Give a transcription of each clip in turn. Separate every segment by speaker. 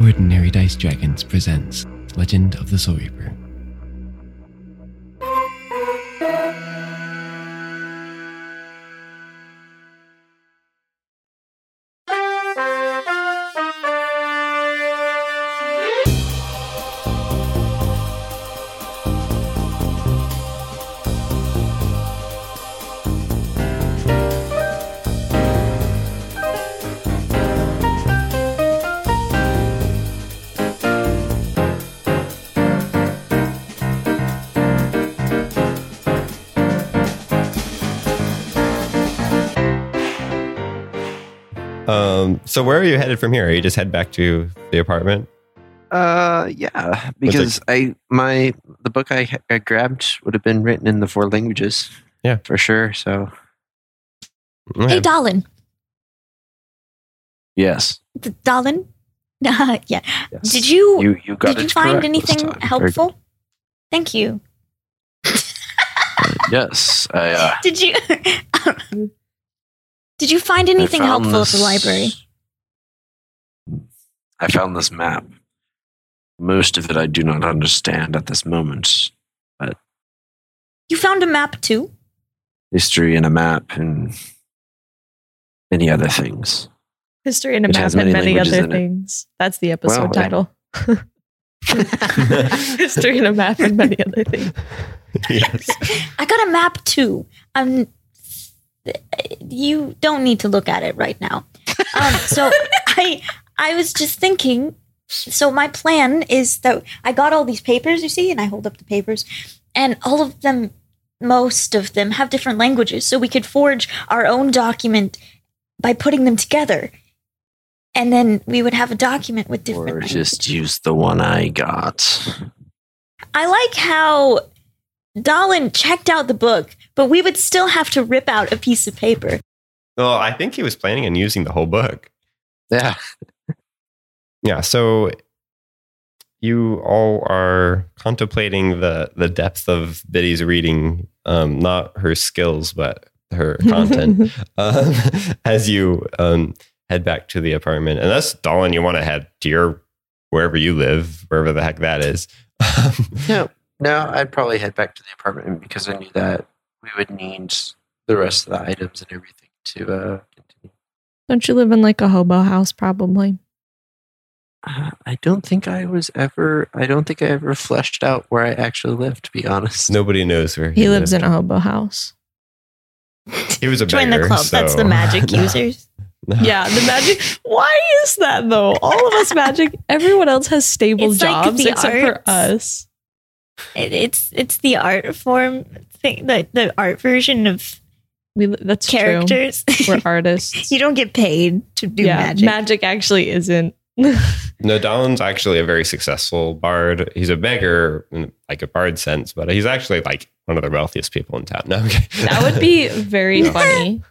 Speaker 1: Ordinary Dice Dragons presents Legend of the Soul Reaper.
Speaker 2: Um, so where are you headed from here? Are you just head back to the apartment?
Speaker 3: Uh, yeah, because I my the book I, I grabbed would have been written in the four languages.
Speaker 2: Yeah.
Speaker 3: for sure. So
Speaker 2: Okay.
Speaker 4: Hey, Dalin.
Speaker 3: yes,
Speaker 4: D- Dalin? yeah.
Speaker 3: yes.
Speaker 4: Did you,
Speaker 3: you you got
Speaker 4: did you
Speaker 3: it
Speaker 4: find
Speaker 3: correct this
Speaker 4: anything
Speaker 3: time. Very
Speaker 4: helpful? Thank you.
Speaker 3: good. Yes, I uh,
Speaker 4: Did you um, Did you find anything
Speaker 3: I found
Speaker 4: helpful at
Speaker 3: this-
Speaker 4: the library?
Speaker 3: I found this map. Most of it I do not understand at this moment.
Speaker 4: You found a map too?
Speaker 3: History and a map and many other things.
Speaker 5: History and a
Speaker 3: It
Speaker 5: map
Speaker 3: has
Speaker 5: and
Speaker 3: many
Speaker 5: many
Speaker 3: languages
Speaker 5: other
Speaker 3: in it.
Speaker 5: things. That's the
Speaker 3: Well,
Speaker 5: episode
Speaker 3: yeah.
Speaker 5: title. History and a map and many other things.
Speaker 2: yes.
Speaker 4: I got a map too. Um you don't need to look at it right now. Um so I I was just thinking so my plan is that I got all these papers, you see, and I hold up the papers and all of them most of them have different languages so we could forge our own document by putting them together. And then we would have a document with different
Speaker 3: Or
Speaker 4: languages.
Speaker 3: just use the one I got.
Speaker 4: I like how Dahlin checked out the book, but we would still have to rip out a piece of paper.
Speaker 2: Well, I think he was planning on using the whole book.
Speaker 3: Yeah.
Speaker 2: Yeah. So you all are contemplating the the depth of Biddy's reading, um, not her skills, but her content. um, as you um, head back to the apartment. And that's Dolan, you want to head to your wherever you live, wherever the heck that is.
Speaker 3: No, no, I'd probably head back to the apartment because I knew that we would need the rest of the items and everything to uh, continue.
Speaker 5: Don't you live in like a hobo house, probably?
Speaker 3: Uh, I don't think I was ever. I don't think I ever fleshed out where I actually lived. To be honest,
Speaker 2: Nobody knows where
Speaker 5: He lives in
Speaker 2: lived.
Speaker 5: a hobo house.
Speaker 2: He was a
Speaker 4: Join
Speaker 2: beggar,
Speaker 4: the club. That's
Speaker 2: so-
Speaker 4: the magic users.
Speaker 2: No.
Speaker 5: Yeah, the magic. Why is that though? All of us magic. Everyone else has stable
Speaker 4: It's like
Speaker 5: jobs
Speaker 4: the
Speaker 5: except
Speaker 4: arts.
Speaker 5: for us.
Speaker 4: It, it's it's the art form thing, the the art version of
Speaker 5: We li- that's true.
Speaker 4: characters.
Speaker 5: We're artists.
Speaker 4: you don't get paid to do
Speaker 5: yeah,
Speaker 4: magic.
Speaker 5: actually isn't.
Speaker 2: No, Dolan's actually a very successful bard. He's a beggar in like a bard sense, but he's actually like one of the wealthiest people in town. No, okay.
Speaker 5: that would be very
Speaker 2: No.
Speaker 5: funny.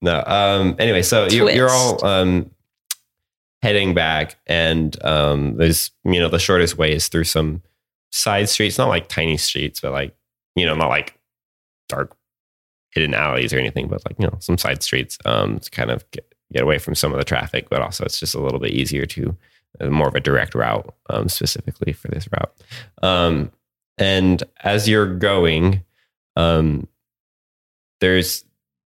Speaker 2: No. Um. Anyway, so you, you're all um heading back, and um, there's you know the shortest way is through some side streets, not like tiny streets, but like you know not like dark hidden alleys or anything, but like you know some side streets. Um, to kind of get, get away from some of the traffic, but also it's just a little bit easier to uh, more of a direct route, um, specifically for this route. Um, and as you're going, um, there's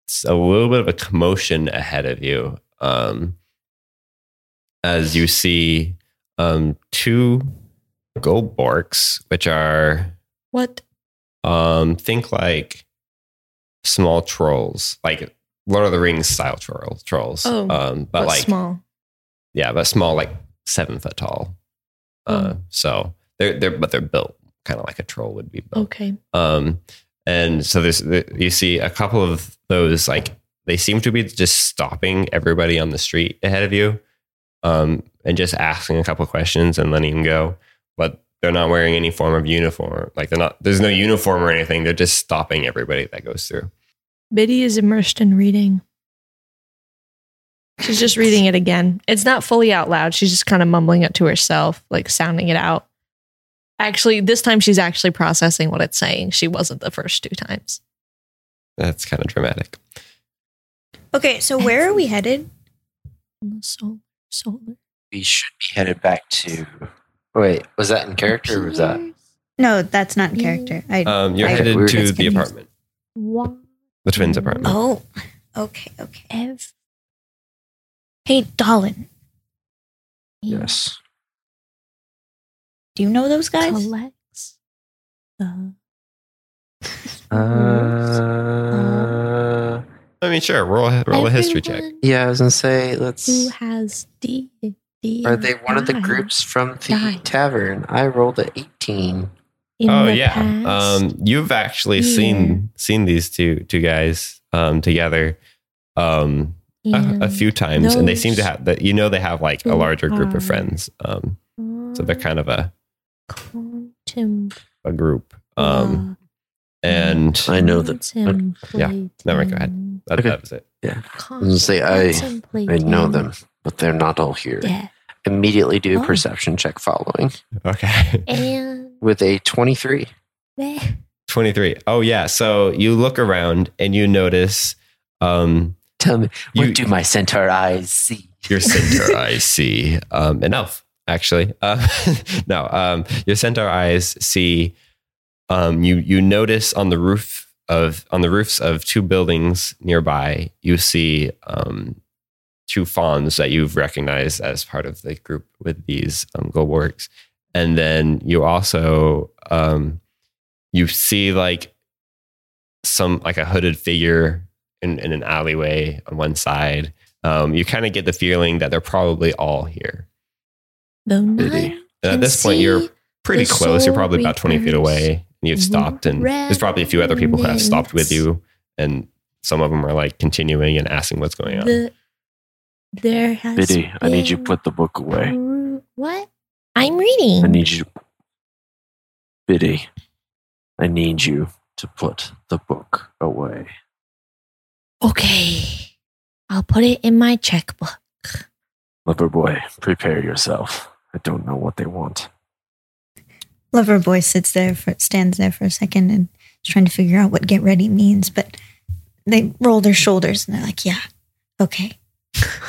Speaker 2: s- a little bit of a commotion ahead of you um, as you see um, two gold borks, which are
Speaker 5: What?
Speaker 2: um, think like small trolls, like Lord of the Rings style troll, trolls,
Speaker 5: Oh,
Speaker 2: um, but
Speaker 5: What's
Speaker 2: like
Speaker 5: small.
Speaker 2: yeah, but small, like seven foot tall.
Speaker 5: Hmm.
Speaker 2: Uh, so they're they're but they're built kind of like a troll would be built.
Speaker 5: Okay.
Speaker 2: Um, and so there's the- you see a couple of those like they seem to be just stopping everybody on the street ahead of you, um, and just asking a couple of questions and letting them go. But they're not wearing any form of uniform. Like they're not. There's no uniform or anything. They're just stopping everybody that goes through.
Speaker 5: Biddy is immersed in reading. She's just reading it again. It's not fully out loud. She's just kind of mumbling it to herself, like sounding it out. Actually, this time she's actually processing what it's saying. She wasn't the first two times.
Speaker 2: That's kind of dramatic.
Speaker 4: Okay, so where are we headed?
Speaker 5: on the solar, solar.
Speaker 3: We should be headed back to. oh, Wait, was that in character or was that?
Speaker 5: pillars.
Speaker 4: No, that's not in
Speaker 5: Mm.
Speaker 4: character. I
Speaker 2: Um, you're
Speaker 4: I-
Speaker 2: headed
Speaker 3: Weird.
Speaker 2: to
Speaker 4: It's
Speaker 2: the
Speaker 4: confused.
Speaker 2: apartment,
Speaker 5: Why
Speaker 2: the twins' apartment.
Speaker 4: Oh, okay, okay.
Speaker 5: ev-
Speaker 4: Hey, Dolan,
Speaker 3: Yes.
Speaker 4: do you know those guys?
Speaker 5: collects the
Speaker 3: Uh,
Speaker 4: Oh.
Speaker 2: I mean, sure. Roll a, roll a history check.
Speaker 5: everyone
Speaker 3: yeah, I was gonna say
Speaker 5: Who
Speaker 3: let's.
Speaker 5: has D? D
Speaker 3: Are they one of the groups from the
Speaker 5: Die.
Speaker 3: tavern? I rolled a eighteen.
Speaker 2: Oh yeah. Um, you've actually seen seen these two two guys um, together um, a, a few times, and they seem to
Speaker 5: those
Speaker 2: have that. You know, they have like a
Speaker 5: who
Speaker 2: larger group
Speaker 5: are-
Speaker 2: of friends, um, so they're kind of a
Speaker 5: Contemplate.
Speaker 2: a group. Um, and
Speaker 3: I know that-
Speaker 2: never mind, go ahead. that,
Speaker 3: Okay.
Speaker 2: that was it.
Speaker 5: Oh,
Speaker 3: gonna say, I- I know them, but they're not all here.
Speaker 5: Death.
Speaker 3: Immediately do a
Speaker 5: Oh.
Speaker 3: perception check following
Speaker 2: Okay.
Speaker 5: And
Speaker 3: with a twenty-three.
Speaker 5: they-
Speaker 2: 23. Oh, yeah. So you look around and you notice um,
Speaker 3: Tell me,
Speaker 2: you,
Speaker 3: what do my centaur eyes see?
Speaker 2: your centaur eyes see um, an elf, actually. Uh, no, um, your centaur eyes see, um, you, you notice on the roof of, on the roofs of two buildings nearby, you see um, two fawns that you've recognized as part of the group with these um, global works. And then you also, um, you see like some, like a hooded figure in, in an alleyway on one side um, you kind of get the feeling that they're probably all here.
Speaker 5: though
Speaker 3: Really?
Speaker 5: none
Speaker 2: And
Speaker 5: can
Speaker 2: at this point, you're
Speaker 5: see
Speaker 2: pretty
Speaker 5: the
Speaker 2: close. You're
Speaker 5: soul
Speaker 2: probably about 20 feet
Speaker 5: reapers
Speaker 2: away, and you've stopped. And there's probably a few other people who have stopped with you, and some of them are like continuing and asking what's going on.
Speaker 5: the- there has been
Speaker 3: the book
Speaker 5: pro- What? I'm reading.
Speaker 3: you, Biddy. I need you to put the book away.
Speaker 5: okay. I'll put it in my checkbook.
Speaker 3: Lover boy, prepare yourself. I don't know what they want.
Speaker 4: Lover boy sits there, for, stands there for a second, and is trying to figure out what "get ready" means. But they roll their shoulders and they're like, "Yeah, okay,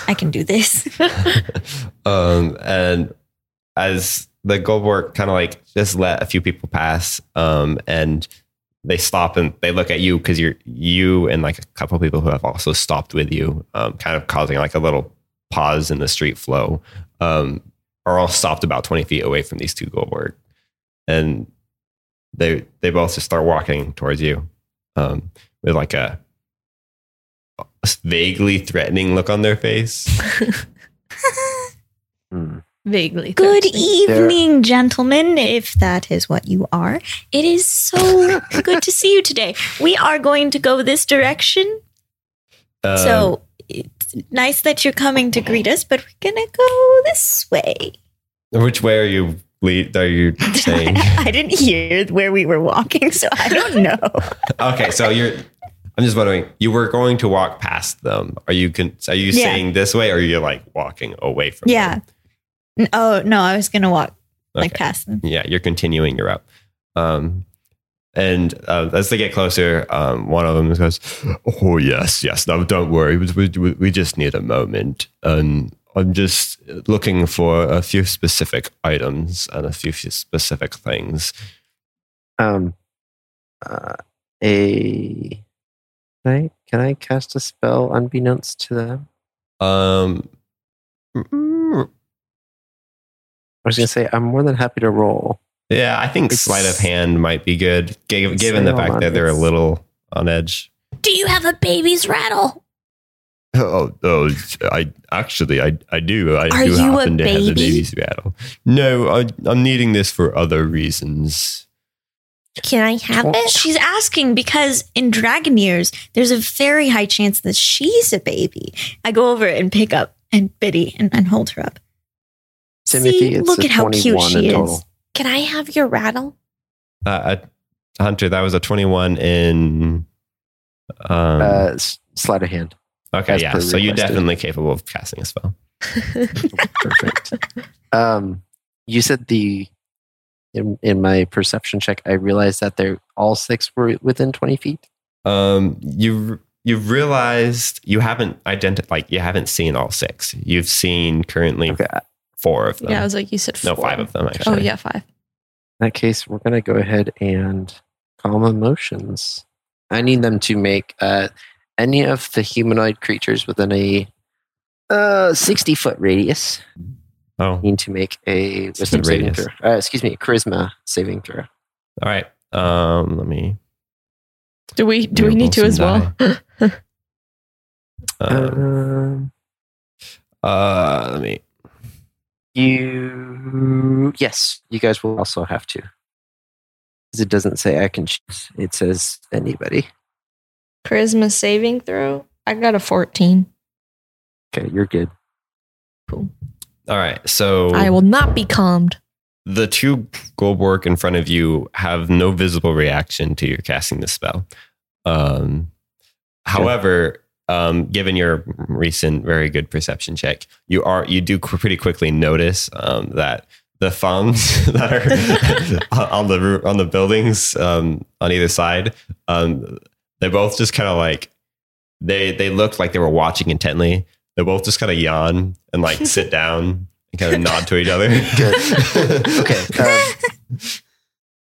Speaker 4: I can do this."
Speaker 2: um, and as the Goldborg kind of like just let a few people pass, um, and they stop and they look at you because you're you and like a couple people who have also stopped with you, um, kind of causing like a little pause in the street flow, um, are all stopped about twenty feet away from these two Goldborg, and they they both just start walking towards you, um, with like a vaguely threatening look on their face.
Speaker 3: Hmm.
Speaker 5: Vaguely.
Speaker 4: Good
Speaker 5: threatening.
Speaker 4: evening, gentlemen, if that is what you are. It is so good to see you today. We are going to go this direction.
Speaker 2: Um,
Speaker 4: so it's nice that you're coming to greet us, but we're going to go this way.
Speaker 2: Which way are you lead, are you saying?
Speaker 4: I didn't hear where we were walking, so I don't know.
Speaker 2: okay, so you're I'm just wondering, you were going to walk past them. Are you con- are you
Speaker 4: Yeah.
Speaker 2: saying this way or are you like walking away from
Speaker 4: yeah.
Speaker 2: them?
Speaker 4: N- Oh, no, I was going to walk like
Speaker 2: Okay.
Speaker 4: past them.
Speaker 2: Yeah, you're continuing your route. Um and uh, as they get closer, um, one of them goes, "Oh yes, yes. No, don't worry. We, we, we just need a moment. Um, I'm just looking for a few specific items and a few specific things.
Speaker 3: Um, uh, a can I can I cast a spell unbeknownst to them?
Speaker 2: Um, mm,
Speaker 3: I was gonna say I'm more than happy to roll.
Speaker 2: Yeah, I think
Speaker 3: It's-
Speaker 2: sleight of hand might be good, gi- given the
Speaker 3: Hold
Speaker 2: fact
Speaker 3: on,
Speaker 2: that they're a
Speaker 3: it's-
Speaker 2: little on edge.
Speaker 4: Do you have a baby's rattle?
Speaker 2: Oh, oh! I actually, I, I do. I
Speaker 4: Are
Speaker 2: do
Speaker 4: you a
Speaker 2: happen to have the
Speaker 4: baby?
Speaker 2: baby's rattle. No, I, I'm needing this for other reasons.
Speaker 5: Can I have
Speaker 3: Tw-
Speaker 5: it?
Speaker 4: She's asking because in Dragon Years, there's a very high chance that she's a baby. I go over and pick up and Biddy and, and hold her up.
Speaker 3: Timothy,
Speaker 4: See,
Speaker 3: it's
Speaker 4: look
Speaker 3: a
Speaker 4: at how cute
Speaker 3: 21
Speaker 4: she
Speaker 3: in
Speaker 4: is.
Speaker 3: total.
Speaker 5: Can I have your rattle?
Speaker 2: Uh, uh, Hunter, that was a 21 in. Um,
Speaker 3: Uh, s- sleight of hand.
Speaker 2: okay,
Speaker 3: as
Speaker 2: yeah.
Speaker 3: per
Speaker 2: So you're
Speaker 3: requested.
Speaker 2: definitely capable of casting a spell.
Speaker 3: Perfect. um, you said the in, in my perception check, I realized that they're all six were within 20 feet.
Speaker 2: Um, you you've realized you haven't identified, like you haven't seen all six. You've seen currently
Speaker 3: Okay. uh, In
Speaker 2: four of them.
Speaker 5: Yeah, I was like, you said
Speaker 2: no,
Speaker 5: four.
Speaker 2: five of them
Speaker 5: Oh
Speaker 2: actually.
Speaker 5: yeah, five.
Speaker 3: that case, we're going to go ahead and calm emotions. I need them to make uh, any of the humanoid creatures within a uh, 60 foot radius
Speaker 2: Oh,
Speaker 3: need to make a
Speaker 2: It's
Speaker 3: wisdom
Speaker 2: the
Speaker 3: saving
Speaker 2: radius.
Speaker 3: throw. Uh, excuse me, charisma saving throw.
Speaker 2: all right. Um, let me.
Speaker 5: Do we do we
Speaker 2: You'll
Speaker 5: need to
Speaker 2: roll
Speaker 5: as
Speaker 2: some
Speaker 5: well?
Speaker 2: Um,
Speaker 3: Um,
Speaker 2: uh, let me.
Speaker 3: you, yes, you guys will also have to. 'Cause It doesn't say I can choose. It says anybody.
Speaker 5: Charisma saving throw. I got a fourteen.
Speaker 3: Okay, you're good.
Speaker 2: All right. So
Speaker 5: I will not be calmed.
Speaker 2: the two Goldborg in front of you have no visible reaction to your casting the spell. Um, however, um, given your recent very good perception check, you are you do qu- pretty quickly notice um, that the thumbs that are on- on the roo- on the buildings um, on either side, um, they both just kind of like they they looked like they were watching intently. They both just kind of yawn and like sit down and kind of nod to each other.
Speaker 3: Okay. um,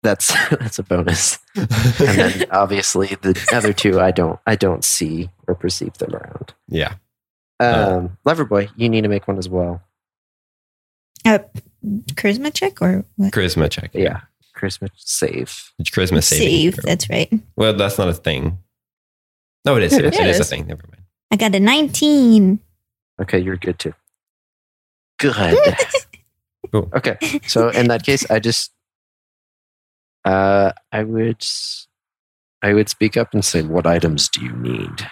Speaker 3: that's that's a bonus. And then obviously the other two I don't I don't see or perceive them around.
Speaker 2: yeah.
Speaker 3: Um, Leverboy, you need to make one as well.
Speaker 4: A charisma check or what?
Speaker 2: Charisma check.
Speaker 3: Yeah. Christmas save.
Speaker 2: Charisma saving.
Speaker 4: Save.
Speaker 2: throw.
Speaker 4: That's right.
Speaker 2: well, that's not a thing. No, it is. It,
Speaker 5: It
Speaker 2: is. it is a
Speaker 5: is.
Speaker 2: thing. Never mind.
Speaker 4: I got a 19.
Speaker 3: Okay, you're good too. Good.
Speaker 2: Cool.
Speaker 3: Okay. So in that case, I just uh I would I would speak up and say, what items do you need?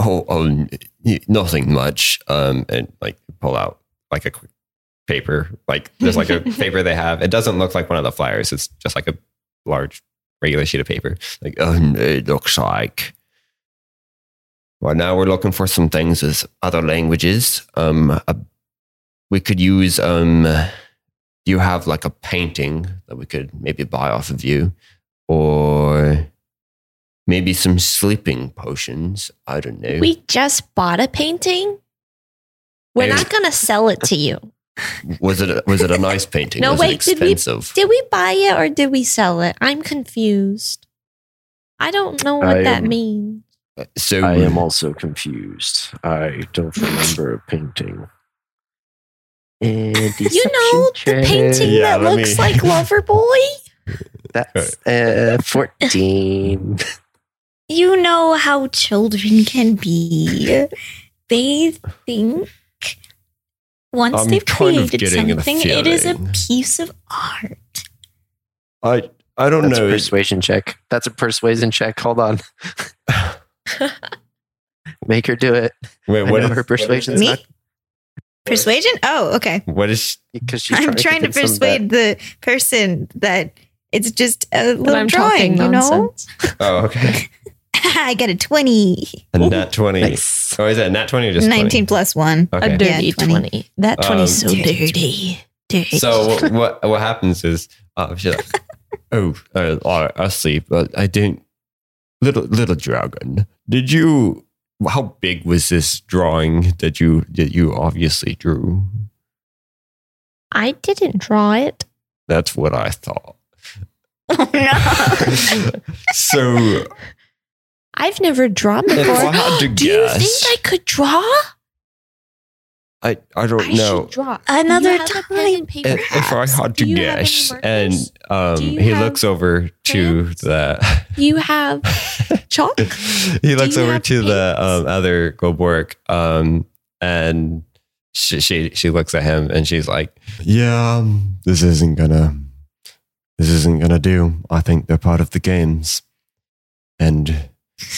Speaker 2: Oh, um, y- nothing much. Um, and like pull out like a quick paper. Like there's like a paper they have. It doesn't look like one of the flyers. It's just like a large regular sheet of paper. Like um, it looks like. Well, now we're looking for some things with other languages. Um, a, we could use um. Do you have like a painting that we could maybe buy off of you, or maybe some sleeping potions? I don't know.
Speaker 5: We just bought a painting. We're
Speaker 2: Hey.
Speaker 5: not gonna sell it to you.
Speaker 2: Was it was it a nice painting?
Speaker 5: No,
Speaker 2: was it
Speaker 5: wait, did we-
Speaker 2: expensive?
Speaker 5: Did we buy it or did we sell it? I'm confused. I don't know what
Speaker 3: I
Speaker 5: that
Speaker 3: am-
Speaker 5: means.
Speaker 2: so
Speaker 3: I am also confused. I don't remember a painting.
Speaker 5: You know the painting
Speaker 2: Yeah,
Speaker 5: that
Speaker 2: let me-
Speaker 5: looks like Loverboy?
Speaker 3: That's uh, 14.
Speaker 4: You know how children can be. They think once
Speaker 2: I'm
Speaker 4: they've
Speaker 2: kind of
Speaker 4: created
Speaker 2: getting the
Speaker 4: something, it is a
Speaker 2: feeling.
Speaker 4: piece of art.
Speaker 2: I I don't
Speaker 3: That's a
Speaker 2: know.
Speaker 3: persuasion check. That's a persuasion check. Hold on. Make her do it.
Speaker 2: wait,
Speaker 3: I know her persuasion's
Speaker 4: Me?
Speaker 3: not
Speaker 4: Persuasion? Oh, okay.
Speaker 2: What is?
Speaker 3: because she's
Speaker 4: I'm trying to
Speaker 3: convince them
Speaker 4: persuade the person that it's just a
Speaker 5: But
Speaker 4: little
Speaker 5: I'm
Speaker 4: drawing,
Speaker 5: talking
Speaker 4: you know?
Speaker 5: nonsense.
Speaker 2: Oh, okay.
Speaker 4: I got a 20.
Speaker 2: A nat twenty.
Speaker 3: that- Nice.
Speaker 2: Oh, is that nat twenty or just
Speaker 4: 19 plus
Speaker 2: 20?
Speaker 4: 1.
Speaker 5: A
Speaker 2: Okay.
Speaker 4: dick.
Speaker 5: dirty
Speaker 4: Yeah,
Speaker 5: 20.
Speaker 4: 20.
Speaker 5: That 20 is so
Speaker 2: Um,
Speaker 5: dirty. Dirty.
Speaker 2: So what, what what happens is uh, she's like, oh, uh, I, I sleep, but I didn't. Little little dragon, did you? How big was this drawing that you that you obviously drew?
Speaker 5: I didn't draw it.
Speaker 2: That's what I thought.
Speaker 4: Oh, no.
Speaker 2: so
Speaker 5: I've never drawn
Speaker 2: If I
Speaker 5: before.
Speaker 2: had to
Speaker 5: Do you think
Speaker 2: guess-
Speaker 5: I could draw?
Speaker 2: I I don't
Speaker 5: I
Speaker 2: know.
Speaker 5: should draw.
Speaker 4: Another
Speaker 5: You have a pen and paper,
Speaker 2: if, if I
Speaker 5: perhaps?
Speaker 2: had
Speaker 5: Do
Speaker 2: to
Speaker 5: you have any
Speaker 2: guess, and
Speaker 5: markers?
Speaker 2: um,
Speaker 5: Do you
Speaker 2: he
Speaker 5: have
Speaker 2: looks over to
Speaker 5: crayons?
Speaker 2: the
Speaker 5: you have chalk.
Speaker 2: he looks
Speaker 5: you
Speaker 2: over
Speaker 5: have
Speaker 2: to the
Speaker 5: paints?
Speaker 2: um, other Goldborg, um, and she, she she looks at him and she's like, "Yeah, um, this isn't gonna, this isn't gonna do. I think they're part of the games." And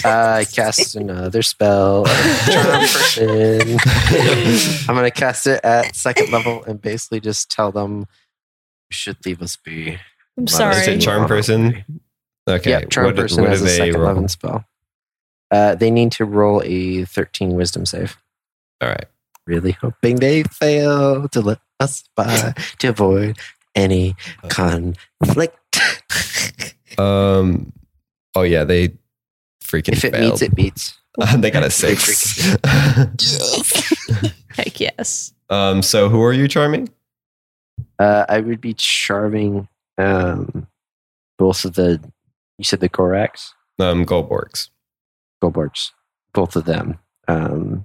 Speaker 3: that. Uh, cast another spell. Charm person. I'm going to cast it at second level and basically just tell them you should leave us be.
Speaker 5: I'm
Speaker 2: is it
Speaker 5: sorry.
Speaker 2: charm person? Okay,
Speaker 3: Yeah, charm
Speaker 2: do-
Speaker 3: person has
Speaker 2: do
Speaker 3: a
Speaker 2: they
Speaker 3: second
Speaker 2: roll?
Speaker 3: level spell. Uh, they need to roll a thirteen Wisdom save.
Speaker 2: All right,
Speaker 3: Really hoping they fail to let us by to avoid any conflict.
Speaker 2: um, oh yeah, they freaking
Speaker 3: if it
Speaker 2: failed.
Speaker 3: meets, it beats.
Speaker 2: they got a six.
Speaker 5: Heck yes.
Speaker 2: um, so who are you charming?
Speaker 3: Uh, I would be charming um, both of the. You said the Goraks,
Speaker 2: Um, Goldborgs.
Speaker 3: Goldborgs, both of them. Um,